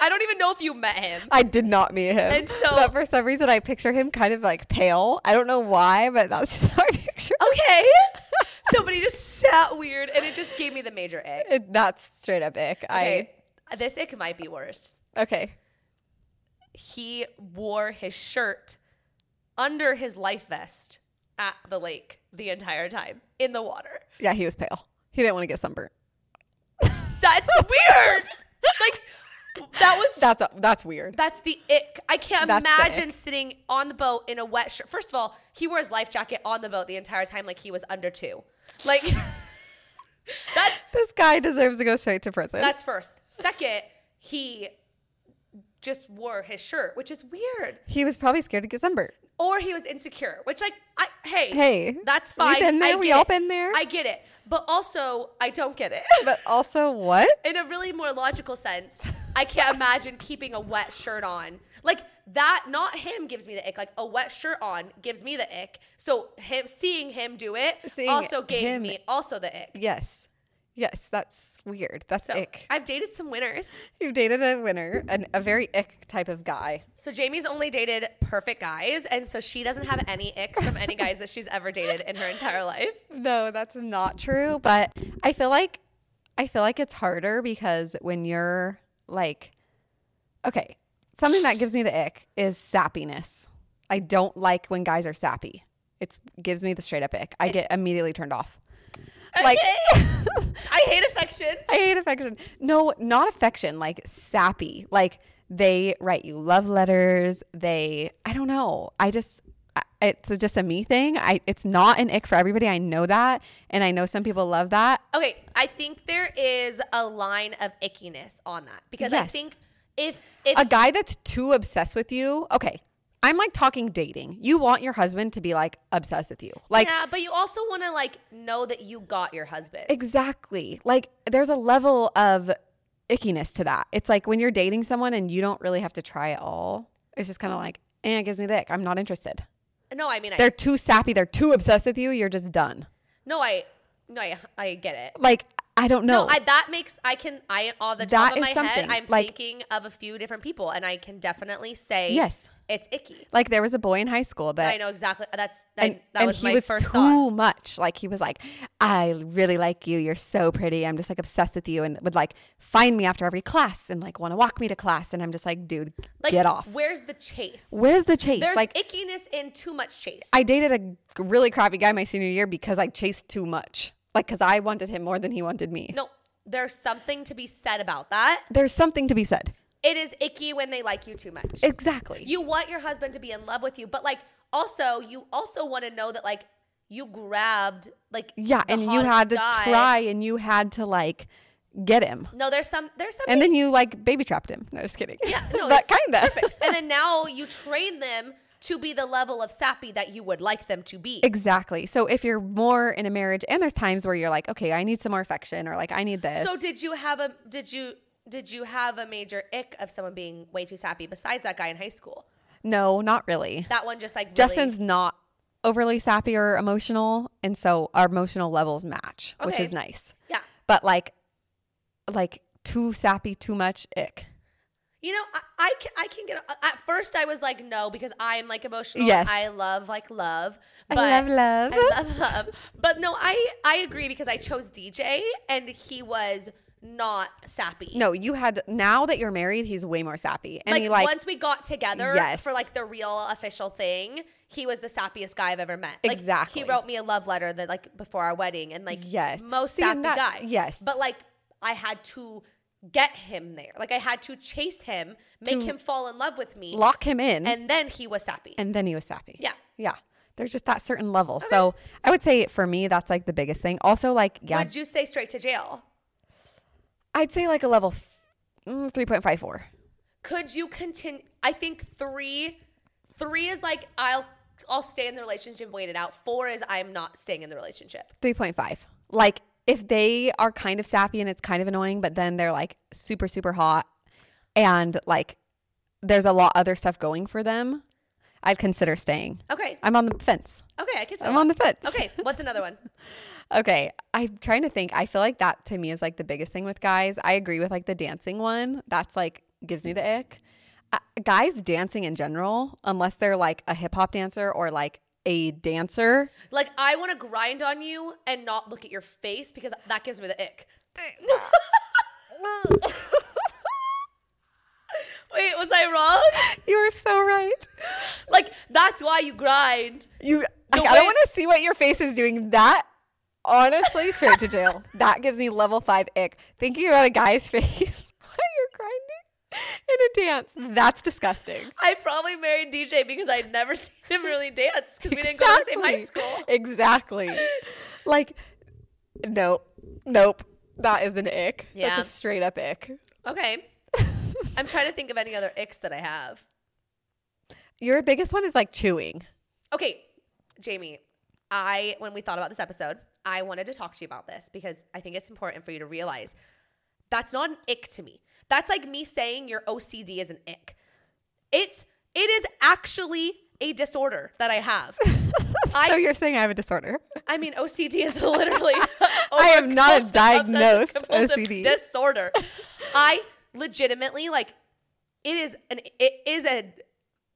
I don't even know if you met him.
I did not meet him.
And so-
but for some reason, I picture him kind of like pale. I don't know why, but that's <laughs> just how I picture.
<laughs>
him.
Okay. Somebody just sat weird, and it just gave me the major ick.
It- That's straight up ick.
Okay, this ick might be worse.
I okay.
he wore his shirt under his life vest at the lake the entire time in the water.
Yeah, he was pale. He didn't want to get sunburned. <laughs>
That's weird. Like that was
That's that's
<laughs>
weird.
that's the ick. I can't
That's the
imagine sitting on the boat in a wet shirt. First of all, he wore his life jacket on the boat the entire time like he was under 2. Like <laughs> that's
This guy deserves to go straight to prison.
that's first. Second, he just wore his shirt, which is weird.
he was probably scared to get sunburned.
or he was insecure, which like I hey
Hey,
that's
we've
fine.
been there,
I
we
get
all
it.
been there.
I get it, but also I don't get it.
But also, what?
<laughs> In a really more logical sense, I
<laughs>
can't imagine keeping a wet shirt on like that. Not him gives me the ick. Like a wet shirt on gives me the ick. So him seeing him do it
Seeing
also gave
him-
me also the ick.
Yes, yes. That's weird. That's
So
ick.
I've dated some winners.
You've dated a winner, an, a very ick type of guy.
So Jamie's only dated perfect guys, and so she doesn't have any icks from any guys that she's ever dated in her entire
<laughs>
life.
No, that's not true. But I feel like I feel like it's harder because when you're like, okay, something that gives me the ick is sappiness. I don't like when guys are sappy. It gives me the straight up ick. I get immediately turned off. Like
I hate affection.
I hate affection. No, not affection. Like sappy. Like they write you love letters. They. I don't know. I just. I- It's just a me thing. I. It's not an ick for everybody. I know that, and I know some people love that.
Okay, I think there is a line of ickiness on that because I
Yes.
think if if
a guy that's too obsessed with you. Okay. I'm like talking dating. You want your husband to be like obsessed with you. Like
yeah, but you also want to like know that you got your husband.
exactly. Like there's a level of ickiness to that. It's like when you're dating someone and you don't really have to try it all. It's just kind of like, eh, it gives me the ick. I'm not interested.
no, I mean, I,
They're too sappy. They're too obsessed with you. You're just done.
no, I no, I I get it.
Like I don't know.
No, I that makes I can I on the top
That
of
is
my head
something,
I'm
like-
thinking of a few different people, and I can definitely say
Yes.
it's icky.
like there was a boy in high school that
I know exactly. That's that,
and,
that
and
was
he
my
was
first
too
thought.
much. Like he was like, I really like you. You're so pretty. I'm just like obsessed with you, and would like find me after every class and like want to walk me to class. And I'm just like, dude,
Like,
get off.
Where's the chase?
Where's the chase?
There's
like
ickiness in too much chase.
I dated a g- really crappy guy my senior year because I chased too much. Like because I wanted him more than he wanted me.
no, there's something to be said about that.
There's something to be said.
it is icky when they like you too much.
Exactly.
you want your husband to be in love with you, but like also you also want to know that like you grabbed like
yeah,
the
and you
hottest
had to
guy.
try, and you had to like get him,
No, there's some there's some
and then you like baby trapped him. No, just kidding.
yeah, no,
<laughs> but
it's
kind of
perfect. and
<laughs>
then now you train them to be the level of sappy that you would like them to be.
Exactly. So if you're more in a marriage, and there's times where you're like, okay, I need some more affection, or like I need this.
So did you have a did you did you have a major ick of someone being way too sappy besides that guy in high school?
No, not really.
That one just like really,
Justin's not overly sappy or emotional, and so our emotional levels match, which
Okay.
is nice.
yeah.
But like, like too sappy, too much ick.
You know, I, I can I can get at first I was like no because I'm like emotional.
Yes.
I love like love. But
I love love.
I love love. But no, I I agree because I chose DJ and he was not sappy.
no, you had now that you're married, he's way more sappy, and
Like,
he like
once we got together
Yes.
for like the real official thing, he was the sappiest guy I've ever met. Like,
Exactly.
he wrote me a love letter that like before our wedding and like
Yes.
most
See,
sappy
and that's-
guy.
yes.
But like I had to get him there. Like I had to chase him, make
To
him fall in love with me.
lock him in, and,
and then he was sappy.
then he was sappy.
Yeah.
yeah. There's just that certain level. So I would say for me, that's like the biggest thing. Also, like yeah,
Would you say straight to jail?
I'd say like a level mm, three point five four.
Could you continue? I think three, three is like I'll I'll stay in the relationship, and wait it out. Four is I'm not staying in the relationship.
3.5. Like if they are kind of sappy and it's kind of annoying, but then they're like super super hot and like there's a lot other stuff going for them, I'd consider staying.
Okay,
I'm on the fence.
okay, I can. Feel
I'm
it.
on the fence.
Oh.
<laughs>
Okay, what's another one?
Okay. I'm trying to think. I feel like that to me is like the biggest thing with guys. I agree with like the dancing one. That's like gives me the ick. Uh, guys dancing in general, unless they're like a hip hop dancer or like a dancer.
Like I want to grind on you and not look at your face because that gives me the
<laughs>
ick. <laughs> Wait, was I wrong?
You're so right.
Like that's why you grind.
You, like,
The
I don't
way-
want to see what your face is doing. That honestly, straight to jail. That gives me level five ick. Thinking about a guy's <laughs> face while you're grinding in a dance. That's disgusting.
I probably married DJ because I'd never <laughs> seen him really dance because we didn't go to the same high school. <laughs>
Exactly. Like, nope, nope. That is an ick.
Yeah.
That's a straight up ick.
Okay. <laughs> I'm trying to think of any other icks that I have.
Your biggest one is like chewing.
Okay, Jamie, I when we thought about this episode, I wanted to talk to you about this because I think it's important for you to realize that's not an ick to me. That's like me saying your OCD is an ick. It's it is actually a disorder that I have. <laughs>
<laughs>
I
so you're saying I have a disorder.
I mean, OCD is <laughs> literally.
<laughs> I am not a
overcompulsive
diagnosed
obsessive
OCD.
disorder. I legitimately like. It is an. It is a.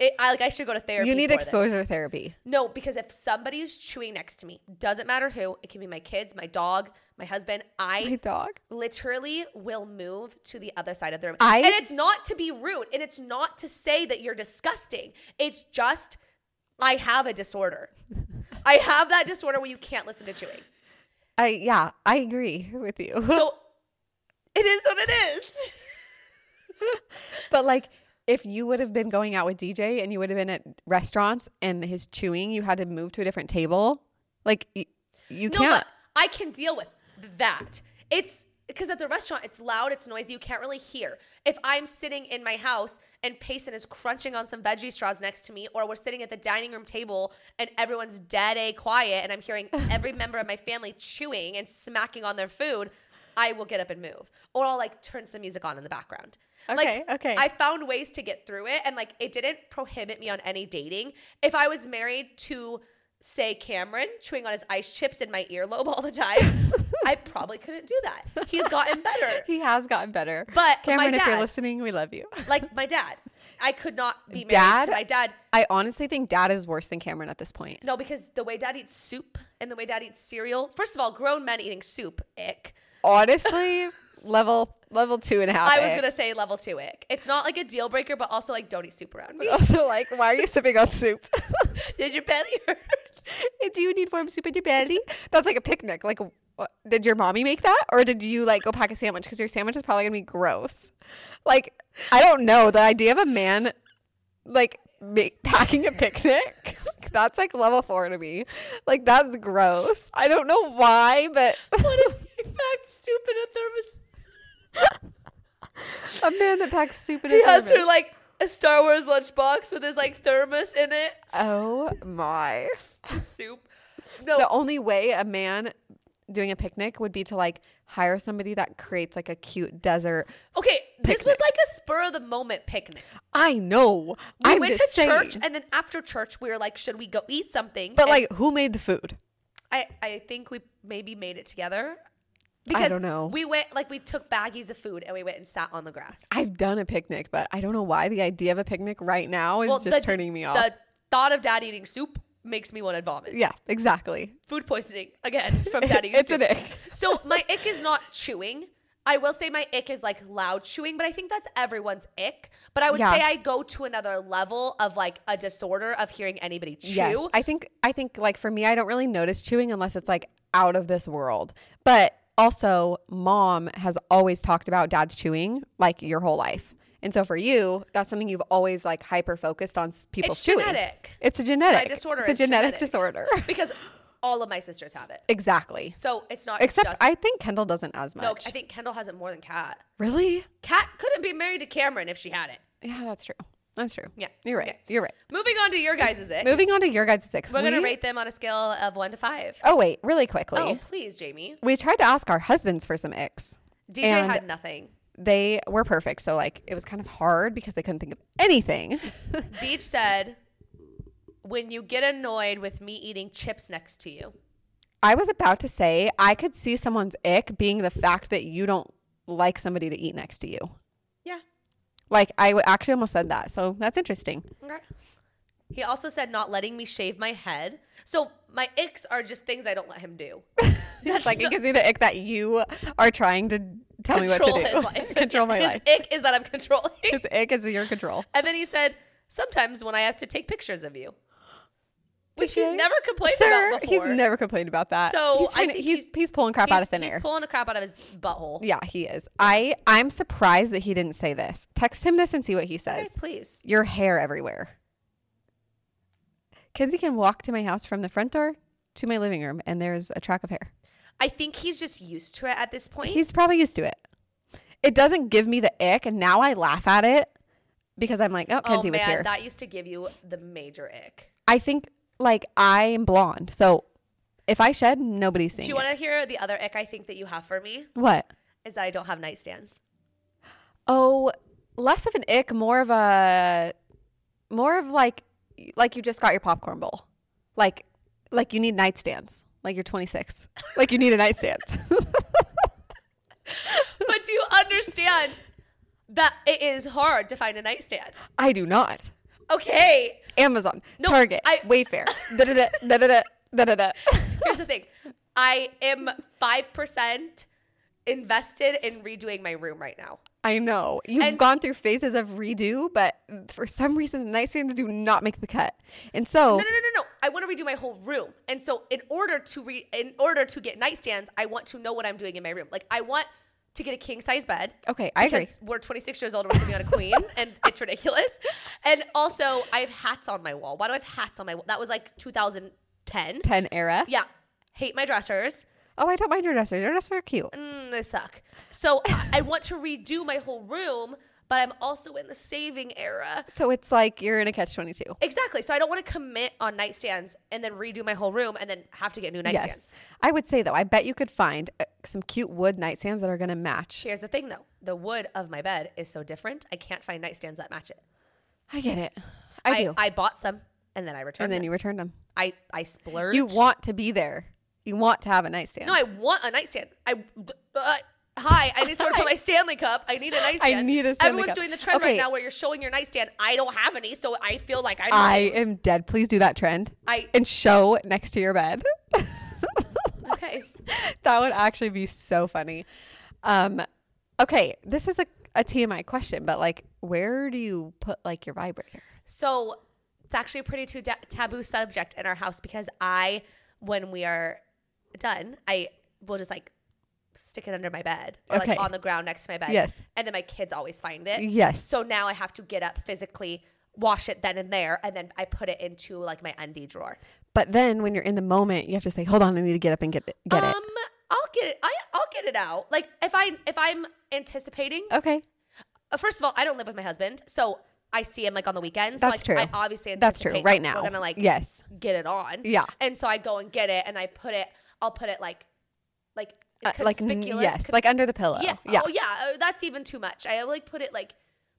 It, I like. I should go to therapy.
You need
for this.
exposure therapy.
No, because if somebody is chewing next to me, doesn't matter who. It can be my kids, my dog, my husband. I
My dog.
literally will move to the other side of the room.
I-
and it's not to be rude and it's not to say that you're disgusting. It's just I have a disorder. I have that disorder where you can't listen to chewing.
I yeah, I agree with you.
So it is what it is.
<laughs> But like, if you would have been going out with DJ and you would have been at restaurants and his chewing, you had to move to a different table. Like, y- you
No,
can't.
but I can deal with that. It's because at the restaurant, it's loud, it's noisy, you can't really hear. If I'm sitting in my house and Payson is crunching on some veggie straws next to me, or we're sitting at the dining room table and everyone's dead a quiet, and I'm
<laughs>
hearing every member of my family chewing and smacking on their food, I will get up and move, or I'll like turn some music on in the background.
Okay,
like,
okay.
I found ways to get through it, and like it didn't prohibit me on any dating. If I was married to say Cameron chewing on his ice chips in my earlobe all the time, I probably couldn't do that. He's gotten better.
he has gotten better.
But my
Cameron, if
dad-
you're listening, we love you.
Like my dad, I could not be married
Dad?
to my dad.
I honestly think dad is worse than Cameron at this point.
No, because the way dad eats soup and the way dad eats cereal. First of all, grown men eating soup, ick. <laughs>
Honestly, level level two and a half.
I was
eh? <laughs>
gonna say level two ick. It's not like a deal breaker, but also like don't eat soup around
<laughs>
me.
Also, like, why are you sipping on soup?
<laughs> Did your belly hurt?
<laughs> Do you need warm soup in your belly? That's like a picnic. Like, wh- did your mommy make that, or did you like go pack a sandwich? Because your sandwich is probably gonna be gross. Like, I don't know. The idea of a man like make, packing a picnic. <laughs> That's like level four to me. Like that's gross. I don't know why, but
What if he packed soup in a thermos?
a man that packs soup in
He
his
has her
thermos-
like a Star Wars lunchbox with his like thermos in
<laughs>
it.
Oh my!
soup. No,
The only way a man doing a picnic would be to like hire somebody that creates like a cute desert
okay, this was like a spur of the moment picnic.
I know.
We
I'm
went to
just
church,
saying.
and then after church, we were like, should we go eat something?
but
And
like, who made the food?
I, I think we maybe made it together.
don't know.
We went, like, we took baggies of food and we went and sat on the grass.
I've done a picnic, but I don't know why the idea of a picnic right now is
Well,
just
the-
turning me off.
The thought of dad eating soup makes me want to vomit.
yeah, exactly.
Food poisoning again from
<laughs>
dad eating
It's
soup.
an ick.
So my ick is not chewing. I will say my ick is like loud chewing, but I think that's everyone's ick. But I would
Yeah.
say I go to another level of like a disorder of hearing anybody chew.
Yes, I think I think like for me, I don't really notice chewing unless it's like out of this world. But also, mom has always talked about dad's chewing like your whole life, and so for you, that's something you've always like hyper focused on s- people's
It's
chewing.
genetic.
It's a genetic
My disorder
It's a
is
genetic,
genetic.
disorder. <laughs>
because all of my sisters have it.
exactly.
So it's not
Except
just
I think Kendall doesn't as much.
no, I think Kendall has it more than Kat.
really?
Kat couldn't be married to Cameron if she had it.
Yeah, that's true. That's true.
Yeah.
You're right.
Okay.
You're right.
Moving on to your guys' ick.
Moving on to your guys' six.
We're gonna
we-
rate them on a scale of one to five.
Oh wait, really quickly.
Oh, please, Jamie.
We tried to ask our husbands for some icks.
DJ
And-
had nothing.
They were perfect, so like it was kind of hard because they couldn't think of anything.
Deej said, "When you get annoyed with me eating chips next to you."
I was about to say I could see someone's ick being the fact that you don't like somebody to eat next to you.
Yeah.
Like I w- actually almost said that, so that's interesting.
Okay. He also said not letting me shave my head. So my icks are just things I don't let him
<laughs>
do. <laughs>
That's like it gives me the ick that you are trying to tell me what to
Control
do.
his life.
<laughs> control my
his
life.
His ick is that I'm controlling.
His ick is your control.
<laughs> and then he said, "Sometimes when I have to take pictures of you," which
DJ?
he's never complained
Sir,
about before.
he's never complained about that.
So
he's,
I
trying to-
think
he's, he's
he's-
pulling crap
He's-
out of thin
he's
air.
pulling the crap out of his butthole.
Yeah, he is. I I'm surprised that he didn't say this. Text him this and see what he
Okay,
says.
please.
Your hair everywhere. Kinsey can walk to my house from the front door to my living room, and there's a track of hair.
I think he's just used to it at this point.
He's probably used to it. It doesn't give me the ick, and now I laugh at it because I'm like, oh, Kenzie
oh
was
man,
here.
that used to give you the major ick.
I think like I'm blonde, so if I shed, nobody's
Do
seeing
you
it.
want to hear the other ick I think that you have for me?
what?
Is that I don't have nightstands. <laughs>
Oh, less of an ick, more of a, more of like, like you just got your popcorn bowl, like, like you need nightstands. Like you're 26. Like you need a nightstand. <laughs>
but do you understand that it is hard to find a nightstand?
I do not.
Okay.
Amazon,
No,
Target,
I- <laughs>
Wayfair, da da da da da da da da.
Here's the thing. I am five percent invested in redoing my room right now.
I know you've
And-
gone through phases of redo, but for some reason, nightstands do not make the cut. And so,
No, no, no, no, no. I want to redo my whole room. And so in order to re in order to get nightstands, I want to know what I'm doing in my room. Like I want to get a king size bed.
okay, I agree.
because we're 26 years old and we're living on a queen <laughs> and it's ridiculous. And also, I have hats on my wall. Why do I have hats on my wall? That was like 2010.
10 era.
Yeah. Hate my dressers.
Oh, I don't mind your dresser. Your dresser are cute.
Mm, they suck. So I I want to redo my whole room, but I'm also in the saving era.
So it's like you're in a catch 22.
Exactly. So I don't want to commit on nightstands and then redo my whole room and then have to get new nightstands.
Yes. I would say though, I bet you could find uh, some cute wood nightstands that are going to match.
Here's the thing though the wood of my bed is so different. I can't find nightstands that match it.
I get it. I, do.
I bought some and then I returned
and then
them.
you return them.
I, I splurged.
You want to be there. You want to have a nightstand.
No, I want a nightstand. I uh, hi, I need to
<laughs>
put my Stanley cup. I need a nightstand.
need a Stanley
Everyone's
cup.
doing the trend
Okay.
right now where you're showing your nightstand. I don't have any, so I feel like I'm.
I am dead. Please do that trend
I-
and show next to your bed. <laughs>
okay.
that would actually be so funny. Um, okay, this is a, a TMI question, but like, where do you put like your vibrator?
So it's actually a pretty too da- taboo subject in our house because I, when we are done, I will just like stick it under my bed or
Okay.
like on the ground next to my bed.
Yes.
And then my kids always find it.
Yes.
So now I have to get up physically, wash it then and there, and then I put it into like my undie drawer.
But then when you're in the moment, you have to say, "Hold on, I need to get up and get it, get
um, I'll get it. I, I'll get it out. Like if I if I'm anticipating.
it." Okay.
uh, First of all, I don't live with my husband, so I see him like on the weekends. so, like,
That's true.
I obviously
That's true.
anticipate
Right
that
now,
we're gonna like
yes,
get it on.
Yeah.
and so I go and get it, and I put it. I'll put it like like
Uh, like n-
conspicuous.
yes, like under the pillow.
yeah,
yeah.
Oh yeah, uh, that's even too much. I like put it like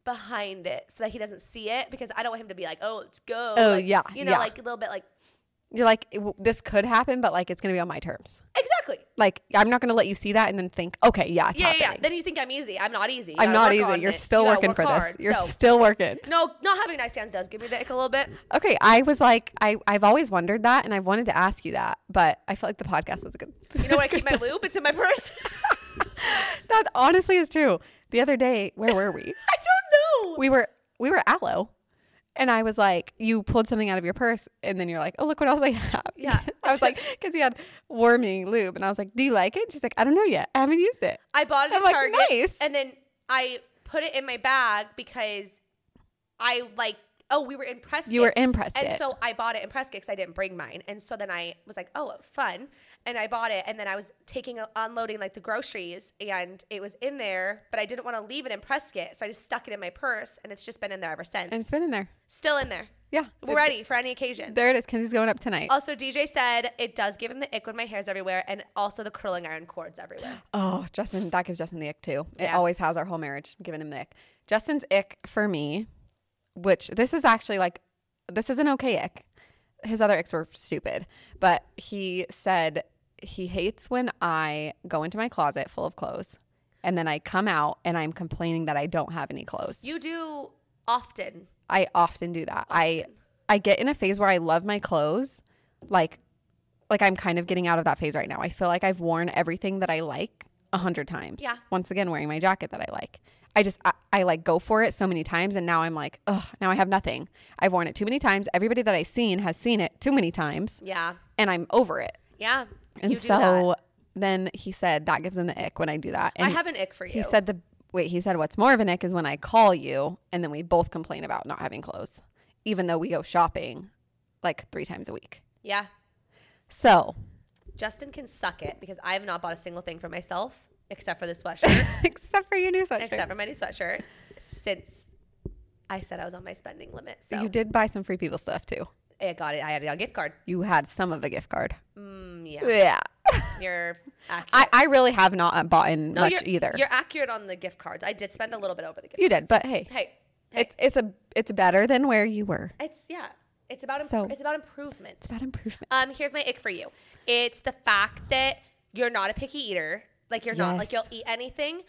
behind it so that he doesn't see it because I don't want him to be like, oh, let's go.
Oh,
like,
yeah,
You know,
yeah.
like a little bit like,
You're like, "It w- this could happen, but like, it's going to be on my terms.
exactly.
Like, I'm not going to let you see that and then think, okay, yeah, it's
Yeah, yeah, yeah.
happening.
Then you think I'm easy. I'm not easy. You
I'm
gotta
not
work
easy.
on
You're
it.
still
You gotta
working
work
for this.
hard.
You're
So-
still working.
no, not having nightstands does give me the ick a little bit.
Okay, I was like, I, I've always wondered that, and I've wanted to ask you that, but I felt like the podcast was a good.
You know where I keep my lube? It's in my purse.
<laughs> that honestly is true. The other day, where were
<laughs>
we?
I don't know.
we were we were aloe, and I was like, you pulled something out of your purse, and then you're like, oh look what else I have.
Yeah.
<laughs> I was like, because you had warming lube, and I was like, do you like it? She's like, I don't know yet. I haven't used it.
I bought it
I'm
at
like,
Target,
nice.
and then I put it in my bag because I like. Oh, we were in Prescott.
You were impressed.
and
it.
so I bought it in Prescott because I didn't bring mine. And so then I was like, oh, fun. And I bought it. And then I was taking, uh, unloading like the groceries and it was in there, but I didn't want to leave it in Prescott. So I just stuck it in my purse and it's just been in there ever since.
and it's been in there.
Still in there.
Yeah,
We're ready for any occasion.
there it is. Kenzie's going up tonight.
Also, DJ said it does give him the ick when my hair's everywhere and also the curling iron cords everywhere.
Oh, Justin, that gives Justin the ick too. It
Yeah.
always has our whole marriage giving him the ick. Justin's ick for me, which this is actually like, this is an okay ick. His other icks were stupid, but he said he hates when I go into my closet full of clothes and then I come out and I'm complaining that I don't have any clothes.
You do often.
I often do that. I I get in a phase where I love my clothes, like like I'm kind of getting out of that phase right now. I feel like I've worn everything that I like a hundred times.
Yeah.
Once again, wearing my jacket that I like. I just I, I like go for it so many times, and now I'm like, ugh, now I have nothing. I've worn it too many times. Everybody that I've seen has seen it too many times,
Yeah.
and I'm over it.
Yeah.
And
you do
so
that.
then he said that gives him the ick when I do that. And
I have an ick for you.
he said the wait, he said what's more of an ick is when I call you and then we both complain about not having clothes, even though we go shopping like three times a week.
yeah.
So
Justin can suck it because I have not bought a single thing for myself except for the
<laughs>
sweatshirt,
<laughs> except for your new sweatshirt.
except for my new sweatshirt since I said I was on my spending limit. So
you did buy some free people stuff too.
I got it. I had it on gift card.
You had some of a gift card.
Mm,
<laughs>
yeah.
Yeah.
You're accurate.
I, I really have not uh, bought in
No,
much
you're,
either.
You're accurate on the gift cards. I did spend a little bit over the gift
you did, but hey,
Hey,
it's it's a it's better than where you were.
it's yeah. It's about imp-
So-
it's about improvement.
It's about improvement.
Um, here's my ick for you. It's the fact that you're not a picky eater. Like you're not like
Yes.
you'll eat anything,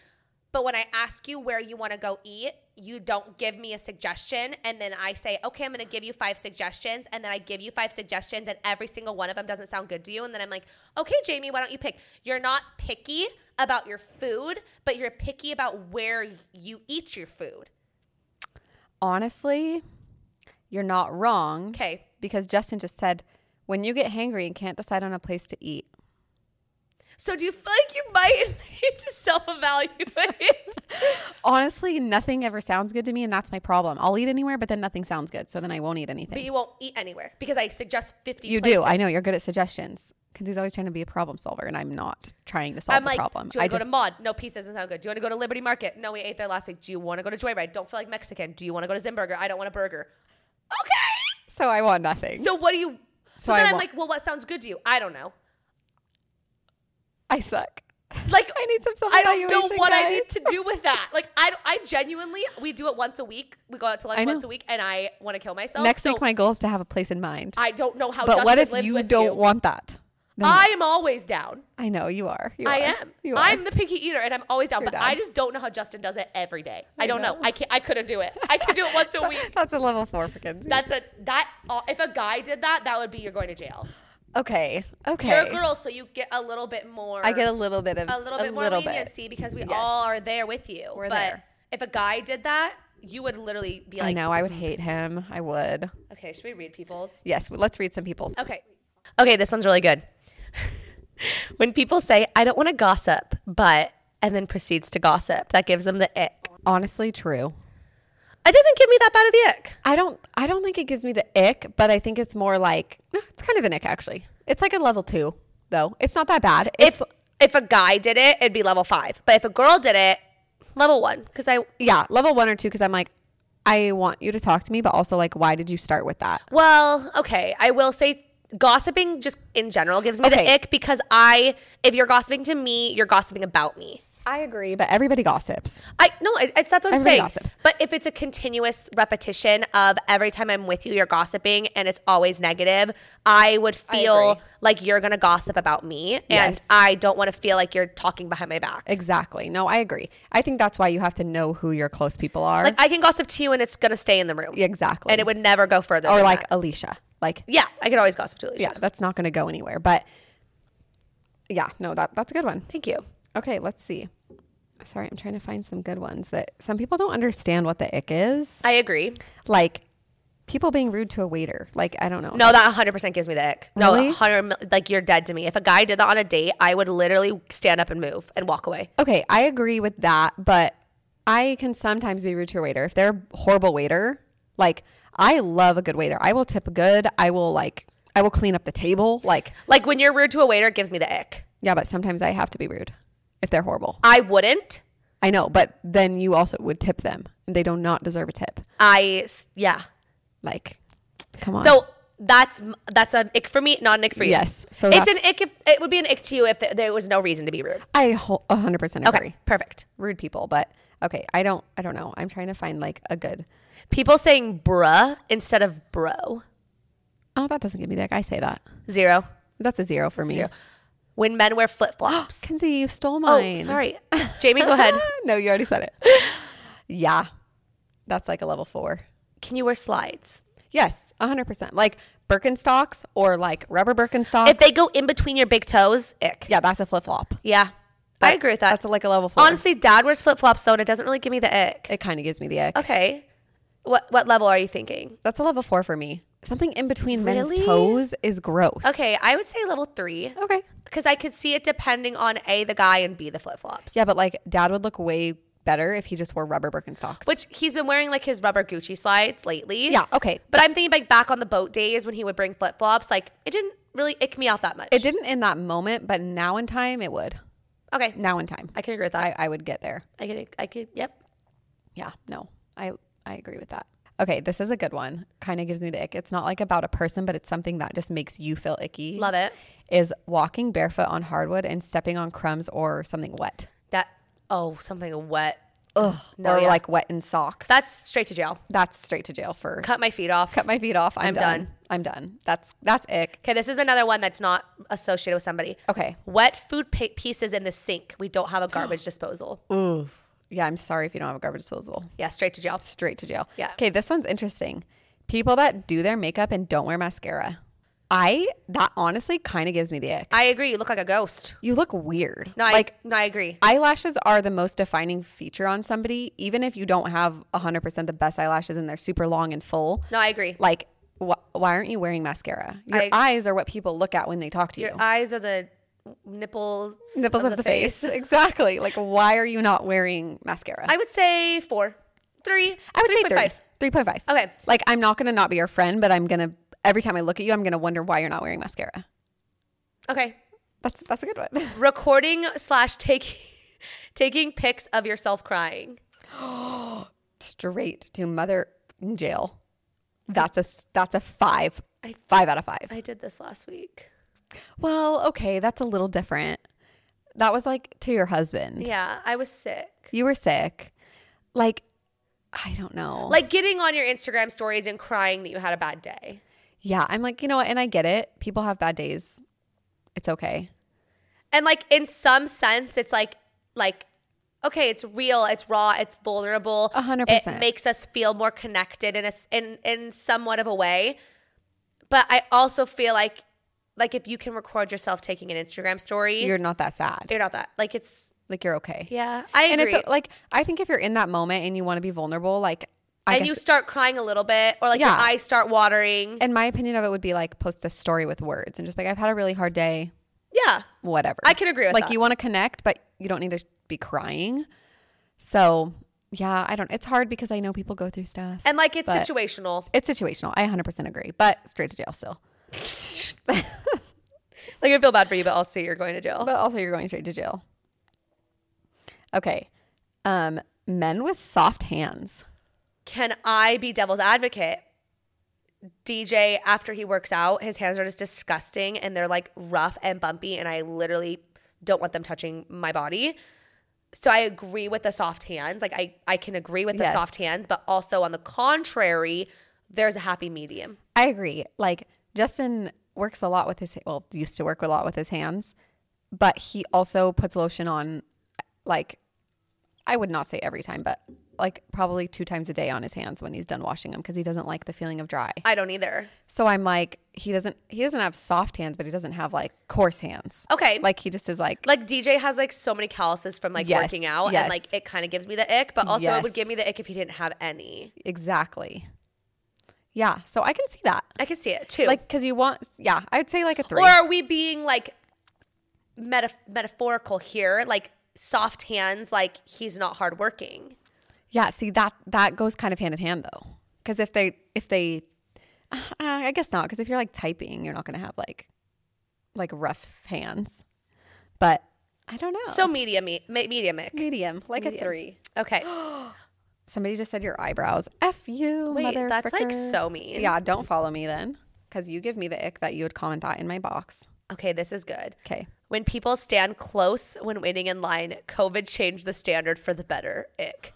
but when I ask you where you want to go eat, you don't give me a suggestion, and then I say, okay, I'm gonna give you five suggestions, and then I give you five suggestions, and every single one of them doesn't sound good to you, and then I'm like, okay, Jamie, why don't you pick? You're not picky about your food, but you're picky about where you eat your food.
Honestly, you're not wrong.
Okay,
Because Justin just said, when you get hangry and can't decide on a place to eat,
so do you feel like you might <laughs> need to self-evaluate?
Honestly, nothing ever sounds good to me, and that's my problem. I'll eat anywhere, but then nothing sounds good, so then I won't eat anything.
But you won't eat anywhere because I suggest 50
you
places.
do. I know you're good at suggestions because he's always trying to be a problem solver, and I'm not trying to solve
I'm
the
like,
problem.
do you
I
want to go
just
to Maud? No, pizza doesn't sound good. Do you want to go to Liberty Market? No, we ate there last week. Do you want to go to Joyride? Don't feel like Mexican. Do you want to go to Zimburger? I don't want a burger. Okay.
so I want nothing.
So what do you... So,
So I
then I'm
want-
like, well, what sounds good to you? I don't know.
I suck.
Like,
<laughs> I need some self
I don't know what I need to do with that. Like, I, I genuinely, we do it once a week. We go out to
I
lunch
know.
once a week, and I want to kill myself.
Next
so
week, my goal is to have a place in mind.
I don't know how.
but what
Justin
if
lives
you
with
don't want that? Then
I am always down.
I know you are. You
I
are.
am.
You are.
I'm the picky eater, and I'm always down.
You're
but I
down.
just don't know how Justin does it every day. I,
I
don't know.
know.
I can not I couldn't do it. I could do it once <laughs>
<laughs>
a week.
That's a level four for kids.
That's a that. Uh, if a guy did that, that would be you're going to jail.
okay. Okay.
You're a girl, so you get a little bit more.
I get a little bit of
a little bit more leniency because we all are there with you.
We're
but
there.
if a guy did that, you would literally be
I
like,
know. I would hate him. I would.
okay, should we read people's?
Yes, well, let's read some people's.
Okay. Okay, this one's really good. <laughs> when people say, "I don't want to gossip," but and then proceeds to gossip, that gives them the ick.
Oh. Honestly, true.
It doesn't give me that bad of the ick.
I don't. I don't think it gives me the ick, but I think it's more like no, it's kind of an ick actually. It's like a level two though. It's not that bad. It's
If if a guy did it, it'd be level five. But if a girl did it, level one. Because I
yeah, level one or two because I'm like, I want you to talk to me, but also like, why did you start with that?
well, okay, I will say gossiping just in general gives me
Okay.
the ick because I if you're gossiping to me, you're gossiping about me.
I agree, but everybody gossips.
I no, it- it's that's what I'm
Everybody
saying.
gossips.
But if it's a continuous repetition of every time I'm with you, you're gossiping and it's always negative, I would feel
agree.
like you're gonna gossip about me, and
Yes.
I don't want to feel like you're talking behind my back.
Exactly. No, I agree. I think that's why you have to know who your close people are.
Like I can gossip to you, and it's gonna stay in the room.
exactly.
and it would never go further.
or
than
Oh, like
that.
Alicia. Like
yeah, I could always gossip to Alicia.
yeah, that's not going to go anywhere. But yeah, no, that that's a good one.
Thank you.
Okay, let's see. Sorry, I'm trying to find some good ones that some people don't understand what the ick is.
I agree.
Like people being rude to a waiter. Like I don't know.
No, that 100% gives me the ick. No,
Really?
100 mil- like you're dead to me. If a guy did that on a date, I would literally stand up and move and walk away.
Okay, I agree with that, but I can sometimes be rude to a waiter if they're a horrible waiter. Like I love a good waiter. I will tip good. I will like I will clean up the table. Like
Like when you're rude to a waiter, it gives me the ick.
yeah, but sometimes I have to be rude if they're horrible.
I wouldn't.
I know, but then you also would tip them, and they do not deserve a tip.
I s- yeah.
Like, come on.
So that's m- that's an ick for me, not an ick for you.
Yes. So
it's
that's-
an ick. If, it would be an ick to you if th- there was no reason to be rude.
I ho- a hundred percent agree.
Okay, perfect.
Rude people, but okay. I don't. I don't know. I'm trying to find like a good.
People saying bruh instead of bro.
Oh, that doesn't give me that. I say that.
Zero.
That's a zero for me.
Zero. When men wear flip <gasps>
<gasps>
flops.
Kinsey, you stole
oh,
mine. <laughs>
sorry. <laughs> Jamie, go ahead.
no, you already said it. <laughs> yeah, that's like a level four.
Can you wear slides?
Yes, a hundred percent. Like Birkenstocks or like rubber Birkenstocks.
If they go in between your big toes, ick.
yeah, that's a flip flop.
Yeah. I agree with that.
That's like a level four.
Honestly, dad wears flip flops though, and it doesn't really give me the ick.
it kind of gives me the ick.
Okay. What what level are you thinking?
That's a level four for me. Something in between men's
Really?
toes is gross.
Okay, I would say level three.
Okay.
Because I could see it depending on A, the guy, and B, the flip flops.
Yeah, but like dad would look way better if he just wore rubber Birkenstocks.
Which he's been wearing like his rubber Gucci slides lately.
yeah, okay.
But I'm thinking like back on the boat days when he would bring flip flops, like it didn't really ick me out that much.
It didn't in that moment, but now in time it would.
Okay.
Now in time.
I can agree with that.
I, I would get there.
I, can I could yep.
Yeah, no. I I agree with that. Okay, this is a good one. Kind of gives me the ick. It's not like about a person, but it's something that just makes you feel icky.
Love it.
Is walking barefoot on hardwood and stepping on crumbs or something wet.
That oh, something wet.
Ugh.
No,
or
yeah.
like wet in socks.
That's straight to jail.
That's straight to jail for
Cut my feet off.
cut my feet off. I'm,
I'm
done.
done.
I'm done. That's that's ick.
Okay, this is another one that's not associated with somebody.
Okay.
Wet food pi pieces in the sink. We don't have a garbage <gasps> disposal.
Mm. Yeah, I'm sorry if you don't have a garbage disposal.
Yeah, straight to jail.
Straight to jail.
Yeah.
Okay, this one's interesting. People that do their makeup and don't wear mascara. I that honestly kind of gives me the ick.
I agree. You look like a ghost.
You look weird.
No,
like
I, no, I agree.
eyelashes are the most defining feature on somebody, even if you don't have 100% the best eyelashes and they're super long and full.
No, I agree.
Like, wh- why aren't you wearing mascara? Your
I-
eyes are what people look at when they talk to you.
Your eyes are the nipples.
Nipples
of
of the, face. <laughs> exactly. Like, why are you not wearing mascara?
I would say four, three.
I would say
3.5.
3. 3.5.
Okay.
Like, I'm not going to not be your friend, but I'm going to, every time I look at you, I'm going to wonder why you're not wearing mascara.
Okay.
That's, that's a good one. <laughs>
Recording slash taking <laughs> taking pics of yourself crying.
Straight to mother in jail. That's a, s- that's a five. Five out of five.
I did this last
<laughs>
week.
Well, okay, that's a little different. That was like to your husband.
Yeah, I was sick.
You were sick. Like, I don't know.
Like getting on your Instagram stories and crying that you had a bad day.
yeah, I'm like, you know what? And I get it. People have bad days. It's okay.
and like in some sense it's like like okay it's real it's raw it's vulnerable
A hundred
it
percent.
makes us feel more connected in a s- in in somewhat of a way but i also feel like like if you can record yourself taking an instagram story you're,
You're not that sad.
not that like it's
Like, you're okay.
yeah i agree
And it's uh, like, I think if you're in that moment and you want to be vulnerable, like, I
and you
guess-
start crying a little bit or like your
Yeah.
eyes start watering
and my opinion of it would be like, post a story with words and just like, I've had a really hard day,
yeah
whatever.
I can agree with
like,
that.
you want to connect, but you don't need to be crying. So, yeah, I don't, it's hard because I know people go through stuff.
and like it's
But-
situational
It's situational. I 100% agree, but straight to jail still.
like i feel bad for you but i'll say you're going to jail
But also, you're going straight to jail. Okay. Um, men with soft hands.
can I be devil's advocate? DJ, after he works out, his hands are just disgusting and they're like rough and bumpy, and I literally don't want them touching my body. so I agree with the soft hands. Like I, I can agree with the
Yes.
soft hands, but also on the contrary, there's a happy medium.
I agree. Like Justin works a lot with his well, used to work a lot with his hands, but he also puts lotion on like I would not say every time, but like probably two times a day on his hands when he's done washing them because he doesn't like the feeling of dry.
I don't either.
So I'm like, he doesn't he doesn't have soft hands, but he doesn't have like coarse hands.
Okay.
Like he just is like
Like DJ has like so many calluses from like
Yes,
working out and
yes.
like it kind of gives me the ick, but also it would
Yes.
give me the ick if he didn't have any.
exactly. Yeah, so I can see that.
I could see it too.
Like cuz you want yeah, I would say like a 3.
or are we being like meta- metaphorical here? Like soft hands, like he's not hardworking.
Yeah, see that that goes kind of hand in hand though, because if they if they, <sighs> uh, I guess not, because if you're like typing, you're not gonna have like, like rough hands, but I don't know.
So media, me- me- mediumic.
medium, like a three.
Okay. <gasps>
Somebody just said your eyebrows. F you,
Wait,
mother.
that's, like,
fricker.
so mean.
Yeah, don't follow me then, because you give me the ick that you would comment that in my box.
Okay, this is good.
Okay.
When people stand close when waiting in line, COVID changed the standard for the better. Ick.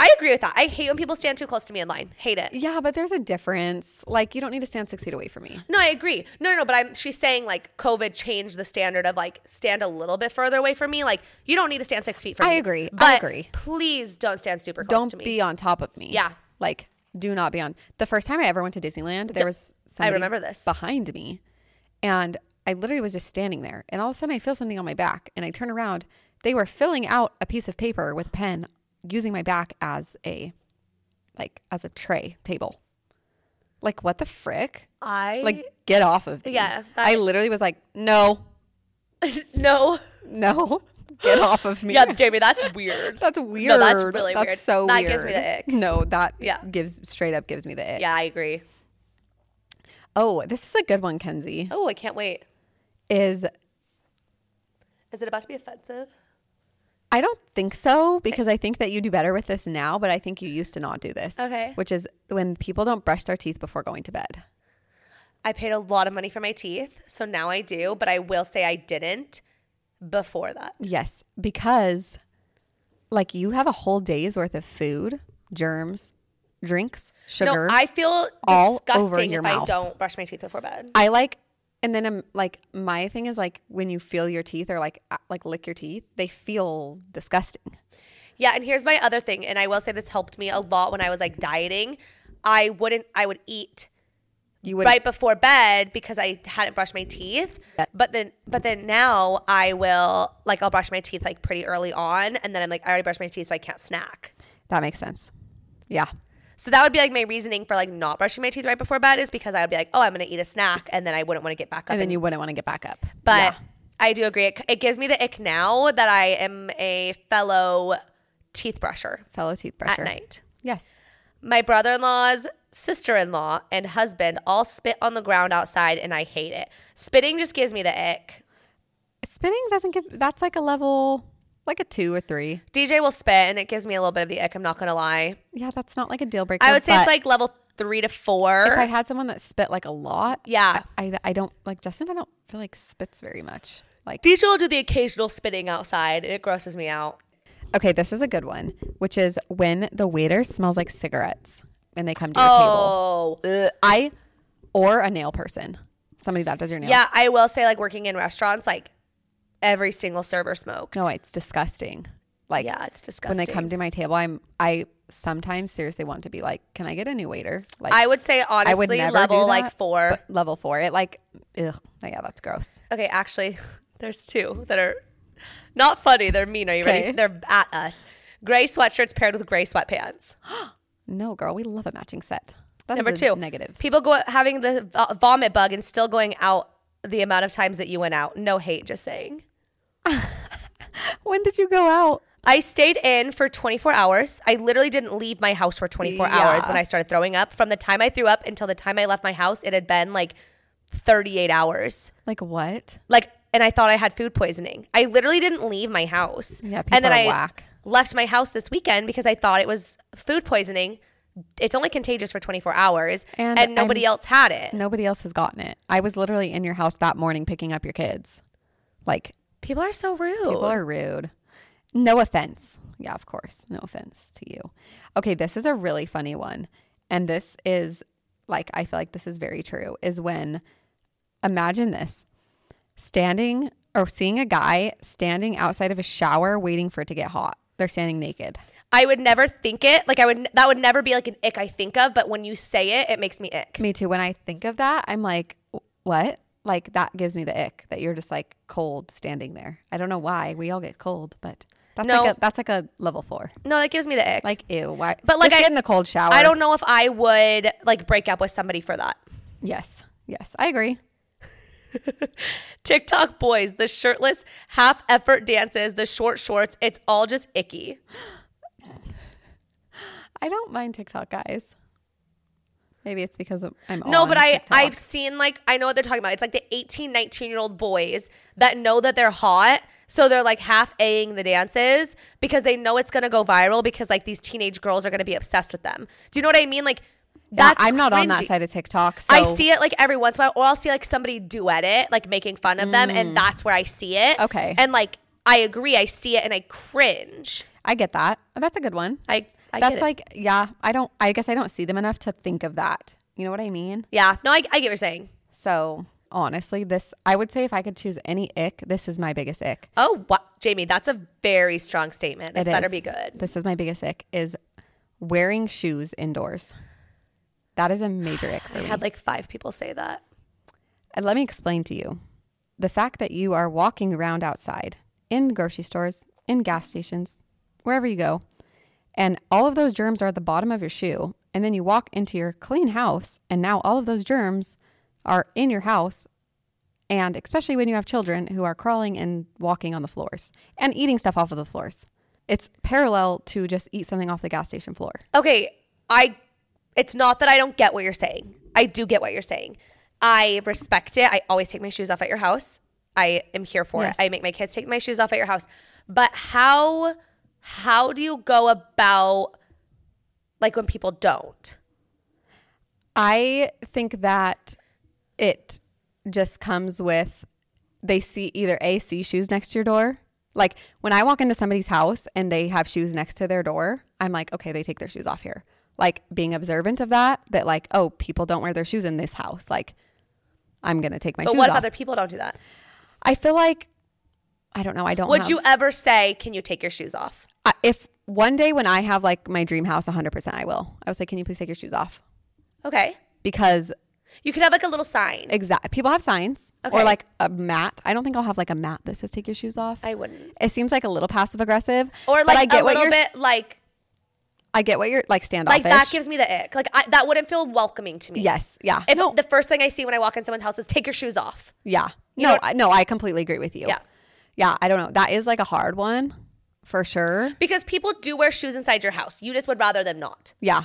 I agree with that. I hate when people stand too close to me in line. Hate it.
Yeah, but there's a difference. Like you don't need to stand six feet away from me.
No, I agree. No, no, but I'm she's saying like COVID changed the standard of like stand a little bit further away from me. Like you don't need to stand six feet from
I
me.
agree. I
But
agree.
Please don't stand super close
don't
to me.
be on top of me.
Yeah.
Like, do not be on. The first time I ever went to Disneyland, there was somebody
remember this.
behind me, and I literally was just standing there, and all of a sudden I feel something on my back, and I turn around. They were filling out a piece of paper with a pen, using my back as a, like as a tray table. Like what the frick?
I
Like get off of me.
Eh, Yeah, that-
I literally was like, no,
<laughs> no.
no, <laughs> get off of me.
Yeah, Jamie, that's weird.
That's weird.
that's really
that's
weird.
so
That
weird.
gives me the ick.
No, that
Yeah.
gives straight up gives me the
<laughs>
ick.
yeah, I agree.
Oh, this is a good one, Kenzie.
Oh, I can't wait.
Is
Is it about to be offensive?
I don't think so because I think that you do better with this now, but I think you used to not do this.
Okay.
Which is when people don't brush their teeth before going to bed.
I paid a lot of money for my teeth, so now I do, but I will say I didn't before that.
Yes, because like you have a whole day's worth of food, germs, drinks, sugar.
No, I feel
all
disgusting
over your
if I
mouth.
don't brush my teeth before bed.
I like, and then I'm like, my thing is like when you feel your teeth or like uh, like lick your teeth, they feel disgusting.
Yeah, and here's my other thing, and I will say this helped me a lot when I was like dieting. I wouldn't I would eat
You would
right before bed because I hadn't brushed my teeth. But then but then now I will like I'll brush my teeth like pretty early on and then I'm like I already brushed my teeth so I can't snack.
That makes sense. Yeah.
So that would be like my reasoning for like not brushing my teeth right before bed is because I would be like, "Oh, I'm going to eat a snack," and then I wouldn't want to get back up
And
and
then you wouldn't want to get back up.
But I do agree. It, it gives me the ick now that I am a fellow teeth brusher
fellow teeth
at
brusher.
night.
Yes.
My brother in law's sister in law and husband all spit on the ground outside, and I hate it. Spitting just gives me the ick.
Spitting doesn't give that's like a level like a two or three.
DJ will spit, and it gives me a little bit of the ick. I'm not going to lie.
Yeah, that's not like a deal breaker.
I would say it's
but
like level three to
if I
four.
had someone that spit like a lot,
Yeah.
I I don't like Justin, I don't feel like spits very much. Like
DJ will do the occasional spitting outside. It grosses me out.
okay, this is a good one, which is when the waiter smells like cigarettes and they come to your table.
Oh.
Ugh, I or a nail person. Somebody that does your nails.
Yeah, I will say, like, working in restaurants, like, every single server smoked.
No, it's disgusting. Like
Yeah, it's disgusting.
when they come to my table, I'm I sometimes seriously want to be like, can I get a new waiter? Like
I would say, honestly, level,
do
like,
that,
four.
but level four. It like, ugh, yeah, that's gross.
Okay, actually, <laughs> there's two that are not funny. They're mean. Are you ready?
Okay.
They're at us. Gray sweatshirts paired with gray sweatpants.
No, girl, we love a matching set. That is
Number
a
two,
negative.
People go having the vo- vomit bug and still going out the amount of times that you went out. No hate, just saying.
When did you go out?
I stayed in for 24 hours. I literally didn't leave my house for 24 hours when
Yeah.
I started throwing up. From the time I threw up until the time I left my house, it had been like 38 hours.
Like what?
Like, and I thought I had food poisoning. I literally didn't leave my house.
Yeah,
and then
people are
I
whack.
left my house this weekend because I thought it was food poisoning. It's only contagious for 24 hours, and,
And
nobody
I'm-
else had it.
Nobody else has gotten it. I was literally in your house that morning picking up your kids. Like
People are so rude.
people are rude. No offense. Yeah, of course. No offense to you. Okay, this is a really funny one. And this is like, I feel like this is very true is when, imagine this standing or seeing a guy standing outside of a shower waiting for it to get hot. They're standing naked.
I would never think it. Like I would that would never be like an ick I think of, but when you say it, it makes me ick.
Me too. When I think of that, I'm like, "Wh- what? Like, that gives me the ick that you're just like cold standing there. I don't know why. We all get cold, but. That's
No.
like a that's like a level four.
No, that gives me the ick.
Like ew, why?
But, like,
just
I-
get in the cold shower.
I don't know if I would like break up with somebody for that.
Yes, yes, I agree.
TikTok boys, the shirtless half effort dances, the short shorts, it's all just icky.
I don't mind TikTok guys. Maybe it's because of- I'm
No,
on
but I
TikTok.
I've seen like I know what they're talking about. It's like the 18, 19 year old boys that know that they're hot, so they're like half aing the dances because they know it's gonna go viral because like these teenage girls are gonna be obsessed with them. Do you know what I mean? Like
Yeah,
that's
I'm not on that
cringy.
side of TikTok. So
I see it like every once in a while, or I'll see like somebody duet it, like making fun of them, and that's where I see it.
Mm. Okay.
And like I agree, I see it and I cringe.
I get that. That's a good one.
I, I
That's
get it.
like yeah. I don't. I guess I don't see them enough to think of that. You know what I mean?
yeah. No, I, I get what you're saying.
So honestly, this I would say if I could choose any ick, this is my biggest ick.
Oh, what, Jamie, that's a very strong statement. This
It
better
is.
be good.
This is my biggest ick is wearing shoes indoors. That is a major ick for
I
me.
had like five people say that.
And let me explain to you the fact that you are walking around outside in grocery stores, in gas stations, wherever you go, and all of those germs are at the bottom of your shoe. And then you walk into your clean house, and now all of those germs are in your house. And especially when you have children who are crawling and walking on the floors and eating stuff off of the floors. It's parallel to just eat something off the gas station floor.
Okay, I. It's not that I don't get what you're saying. I do get what you're saying. I respect it. I always take my shoes off at your house. I am here for
Yes.
it. I make my kids take my shoes off at your house. But how how do you go about like when people don't?
I think that it just comes with they see either A, see shoes next to your door. Like when I walk into somebody's house and they have shoes next to their door, I'm like, okay, they take their shoes off here. Like being observant of that, that like, oh, people don't wear their shoes in this house. Like, I'm gonna take my
But
shoes
what if
off.
other people don't do that? Uh-huh.
I feel like I don't know. I don't.
Would
have-
you ever say, "Can you take your shoes off?"
I- if one day when I have like my dream house, 100, percent I will. I was like, can you please take your shoes off?
Okay.
Because
You could have like a little sign.
Exactly. People have signs or
Okay.
like a mat. I don't think I'll have like a mat that says take your shoes off.
I wouldn't.
it seems like a little passive aggressive.
Or
but I
like
get
a
what
little
you're-
bit like
I get what you're like standoffish.
like that gives me the ick. Like I, that wouldn't feel welcoming to me.
yes. Yeah.
If the first thing I see when I walk in someone's house is take your shoes off.
yeah.
know
No.
what-
I, no. I completely agree with you.
Yeah.
Yeah. I don't know. That is like a hard one, for sure.
Because people do wear shoes inside your house. You just would rather them not.
Yeah.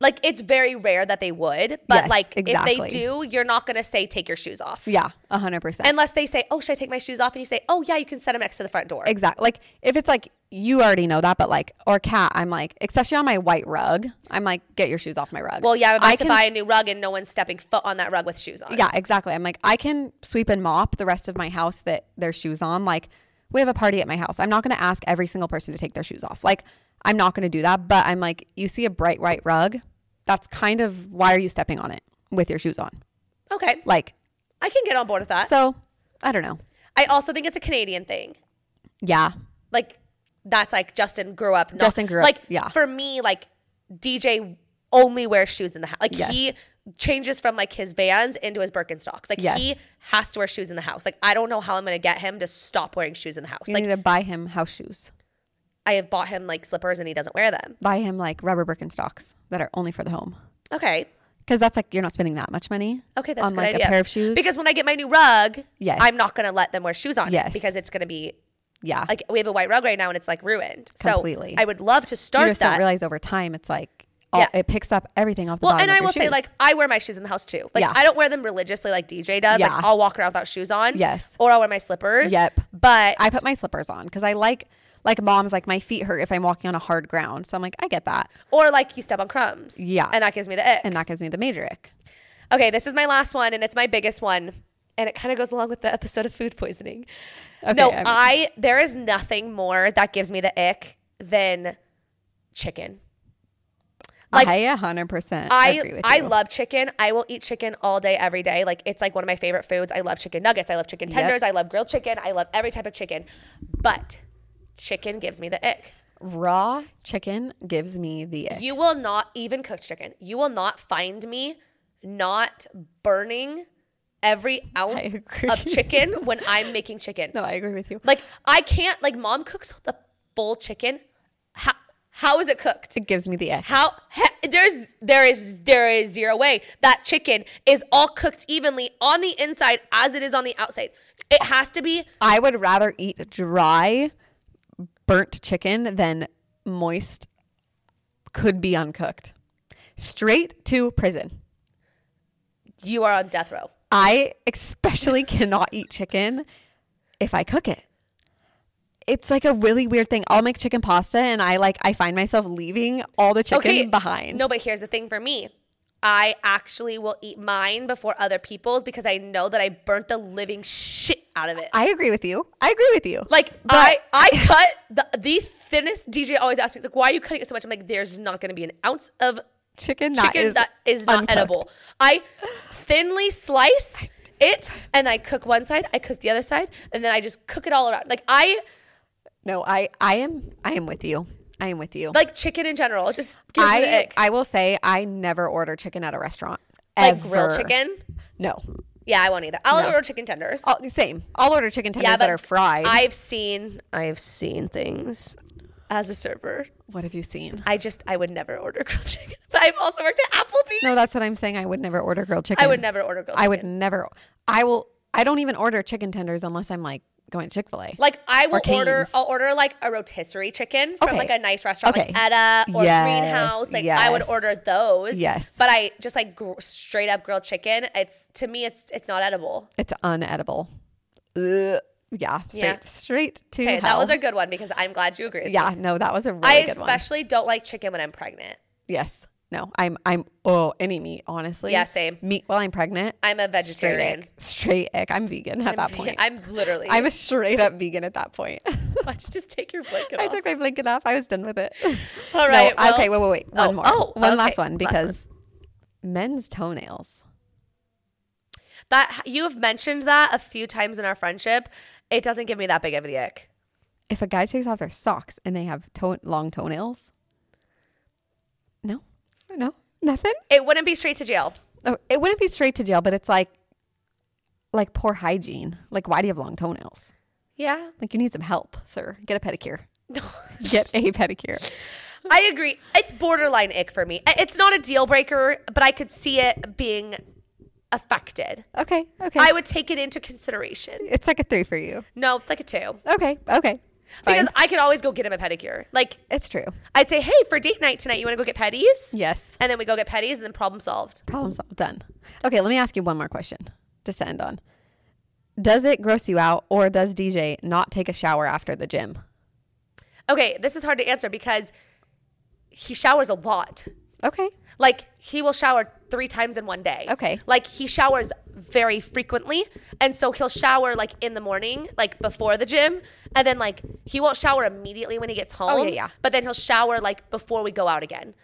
Like it's very rare that they would, but
Yes,
like
exactly.
if they do, you're not gonna say take your shoes off.
Yeah. A hundred percent.
Unless they say, "Oh, should I take my shoes off?" and you say, "Oh, yeah, you can set them next to the front door."
Exactly. Like if it's like you already know that, but like or cat, I'm like especially on my white rug, I'm like get your shoes off my rug.
well, yeah, I'm
I
about to
can
buy a
s-
new rug, and no one's stepping foot on that rug with shoes on.
Yeah, exactly. I'm like, I can sweep and mop the rest of my house that there's shoes on. Like, we have a party at my house. I'm not going to ask every single person to take their shoes off. Like, I'm not going to do that. But I'm like, you see a bright white rug. That's kind of why are you stepping on it with your shoes on?
Okay,
Like,
I can get on board with that.
so I don't know.
I also think it's a Canadian thing.
Yeah.
like that's like Justin grew up. Not,
Justin grew up,
Like
yeah.
For me, like DJ only wears shoes in the house. Like
Yes.
he changes from like his Vans into his Birkenstocks. Like
Yes.
he has to wear shoes in the house. Like I don't know how I'm gonna get him to stop wearing shoes in the house.
You
like
need to buy him house shoes,
I have bought him like slippers and he doesn't wear them.
buy him like rubber Birkenstocks that are only for the home.
Okay.
Cause that's like, you're not spending that much money.
Okay, that's
on
a good
like
idea.
a pair of shoes.
Because when I get my new rug,
Yes.
I'm not gonna let them wear shoes on. it
Yes.
because it's gonna be
yeah.
like we have a white rug right now and it's like ruined.
Completely.
So I would love to
you
start
just don't
that.
realize over time, it's like, all,
Yeah.
it picks up everything off the
Well,
bottom
and
of
I
your
will say,
shoes.
like, I wear my shoes in the house too. Like,
Yeah.
I don't wear them religiously like DJ does.
Yeah.
Like, I'll walk around without shoes on.
Yes.
Or I'll wear my slippers.
Yep.
But
I put my slippers on because I like like mom's like my feet hurt if I'm walking on a hard ground. So I'm like, I get that.
or like you step on crumbs.
Yeah.
And that gives me the ick.
And that gives me the major ick.
okay, this is my last one, and it's my biggest one. and it kind of goes along with the episode of food poisoning.
Okay,
no,
I'm-
I there is nothing more that gives me the ick than chicken. Like
I 100%
I
agree with
I
you.
love chicken. I will eat chicken all day every day. Like it's like one of my favorite foods. I love chicken nuggets. I love chicken
Yep.
tenders. I love grilled chicken. I love every type of chicken. But chicken gives me the ick.
raw chicken gives me the ick.
You will not even cook chicken. You will not find me not burning every ounce
agree. <laughs>
of chicken when I'm making chicken.
No, I agree with you.
Like I can't. Like mom cooks the full chicken. How how is it cooked?
It gives me the ick.
How he, there's there is there is zero way that chicken is all cooked evenly on the inside as it is on the outside. It has to be
I would rather eat dry burnt chicken than moist could be uncooked. Straight to prison.
you are on death row.
I especially cannot eat chicken if I cook it. It's like a really weird thing. I'll make chicken pasta and I like I find myself leaving all the chicken behind.
No, but here's the thing for me. I actually will eat mine before other people's because I know that I burnt the living shit out of it.
I agree with you. I agree with you.
Like I, I cut the, the thinnest. DJ always asks me, it's like, why are you cutting it so much? I'm like, there's not going to be an ounce of
chicken that
chicken
is
that is not
uncooked.
edible. I thinly slice it and I cook one side, I cook the other side, and then I just cook it all around. Like I
No, I I am I am with you. I am with you.
like chicken in general. It Just gives me the
I
ick.
I will say I never order chicken at a restaurant.
like
ever.
grilled chicken.
No,
Yeah, I won't either. I'll
No.
order chicken tenders.
All, same. I'll order chicken tenders that are fried.
I've seen I've seen things as a server.
what have you seen?
I just I would never order <laughs> grilled chicken. But I've also worked at Applebee's.
No, that's what I'm saying. I would never order grilled chicken.
I would never order grilled
I
chicken.
would never. I will. I don't even order chicken tenders unless I'm like going to Chick Fil A.
Like I will
Or
order,
Cane's.
I'll order like a rotisserie chicken from
Okay.
like a nice restaurant,
Okay.
like Etta or
Yes,
Greenhouse. Like I would
yes.
order those.
Yes.
but I just like gr- straight up grilled chicken. It's to me, it's it's not edible.
It's unedible. Ugh. Yeah, straight
Yeah.
straight to
Okay, that
hell.
was a good one because I'm glad you agreed.
yeah, no, that was a really
I
good one.
especially don't like chicken when I'm pregnant.
Yes, no, I'm I'm oh any meat honestly.
Yeah, same.
Meat while I'm pregnant.
I'm a
straight
vegetarian.
egg. Straight egg. I'm vegan at that point.
<laughs> I'm literally.
I'm a straight up vegan at that point. <laughs>
Why don't you just take your blanket
I
off?
took my blanket off. I was done with it. <laughs>
All right.
No,
well,
okay. Wait. Wait. Wait. One
oh,
more.
oh,
Oh, one
okay,
last one
last
because men's toenails.
that you have mentioned that a few times in our friendship. It doesn't give me that big of an ick.
If a guy takes off their socks and they have toe- long toenails, no, no, nothing.
It wouldn't be straight to jail.
Oh, it wouldn't be straight to jail, but it's like, like poor hygiene. Like, why do you have long toenails?
<laughs> Yeah.
Like, you need some help, sir. Get a pedicure. <laughs> Get a pedicure.
I agree. It's borderline ick for me. I- It's not a deal breaker, but I could see it being affected.
Okay. Okay.
I would take it into consideration.
<laughs> it's like a three for you.
No, it's like a two.
Okay. Okay. Fine.
Because I could always go get him a pedicure. Like,
it's true.
I'd say, hey, for date night tonight, you want to go get petties?
Yes.
And then we go get petties and then problem solved.
Problem solved. Done. Okay, let me ask you one more question just to end on. Does it gross you out or does DJ not take a shower after the gym?
Okay, this is hard to answer because he showers a lot.
Okay.
Like he will shower three times in one day.
Okay.
Like he showers very frequently. And so he'll shower like in the morning, like before the gym. And then like he won't shower immediately when he gets home.
Oh, yeah, yeah.
But then he'll shower like before we go out again.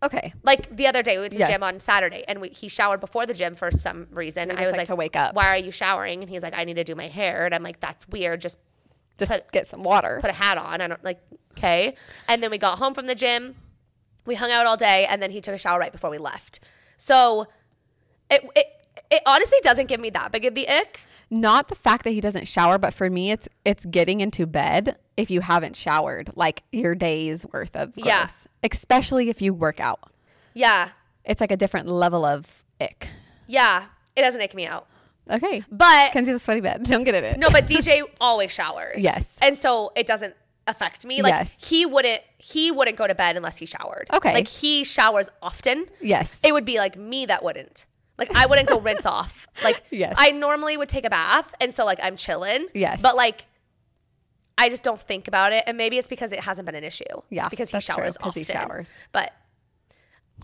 Okay.
Like the other day we went to
Yes.
the gym on Saturday and we, he showered before the gym for some reason. I
it's
was
like
like,
to wake up.
Why are you showering? And he's like, I need to do my hair. And I'm like, that's weird. Just
Just
Put-
get some water.
put a hat on. I don't like, okay. And then we got home from the gym. We hung out all day and then he took a shower right before we left. So it it, it honestly doesn't give me that big of the ick.
Not the fact that he doesn't shower, but for me it's it's getting into bed if you haven't showered, like your day's worth of gross.
Yeah.
Especially if you work out.
Yeah.
It's like a different level of ick.
Yeah. It doesn't ick me out.
Okay. <laughs>
But
Can see the sweaty bed. Don't get in it.
no, but DJ always showers.
Yes.
And so it doesn't affect me. Like
Yes.
he wouldn't he wouldn't go to bed unless he showered.
Okay.
Like he showers often.
Yes.
It would be like me that wouldn't. Like I wouldn't go
<laughs>
rinse off. Like
Yes.
I normally would take a bath, and so like I'm chilling.
Yes.
But like, I just don't think about it, and maybe it's because it hasn't been an issue.
Yeah,
Because he
that's true,
showers
'cause he
often.
showers.
But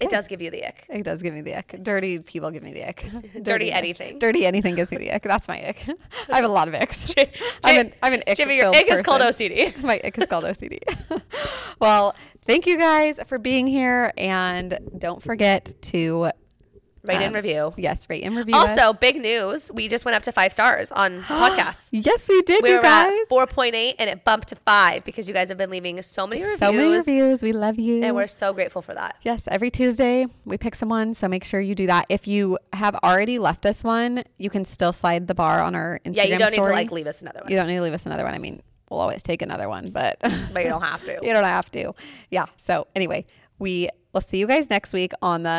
It does give you the ick.
It does give me the ick. Dirty people give me the
<laughs>
ick. Dirty, ick.
anything.
Dirty anything gives me the ick. That's my ick. <laughs> I have a lot of icks. I'm an I'm an ick.
Jimmy, your ick is called OCD.
My ick is called OCD. <laughs> well, thank you guys for being here, and don't forget to
Rate and
um,
review.
Yes, rate and review. us.
Also, big news. We just went up to five stars on
<gasps>
podcasts.
yes, we did,
We
you
were at
guys.
4.8 and it bumped to five because you guys have been leaving so many reviews.
so many reviews. We love you.
And we're so grateful for that.
Yes, every Tuesday we pick someone, so make sure you do that. If you have already left us one, you can still slide the bar on our Instagram
Yeah, you don't need to
story.
like leave us another one,
You don't need to leave us another one. I mean, we'll always take another one, but
<laughs> but you don't have
<laughs>
to.
you don't have to. Yeah. So anyway, we will see you guys next week on the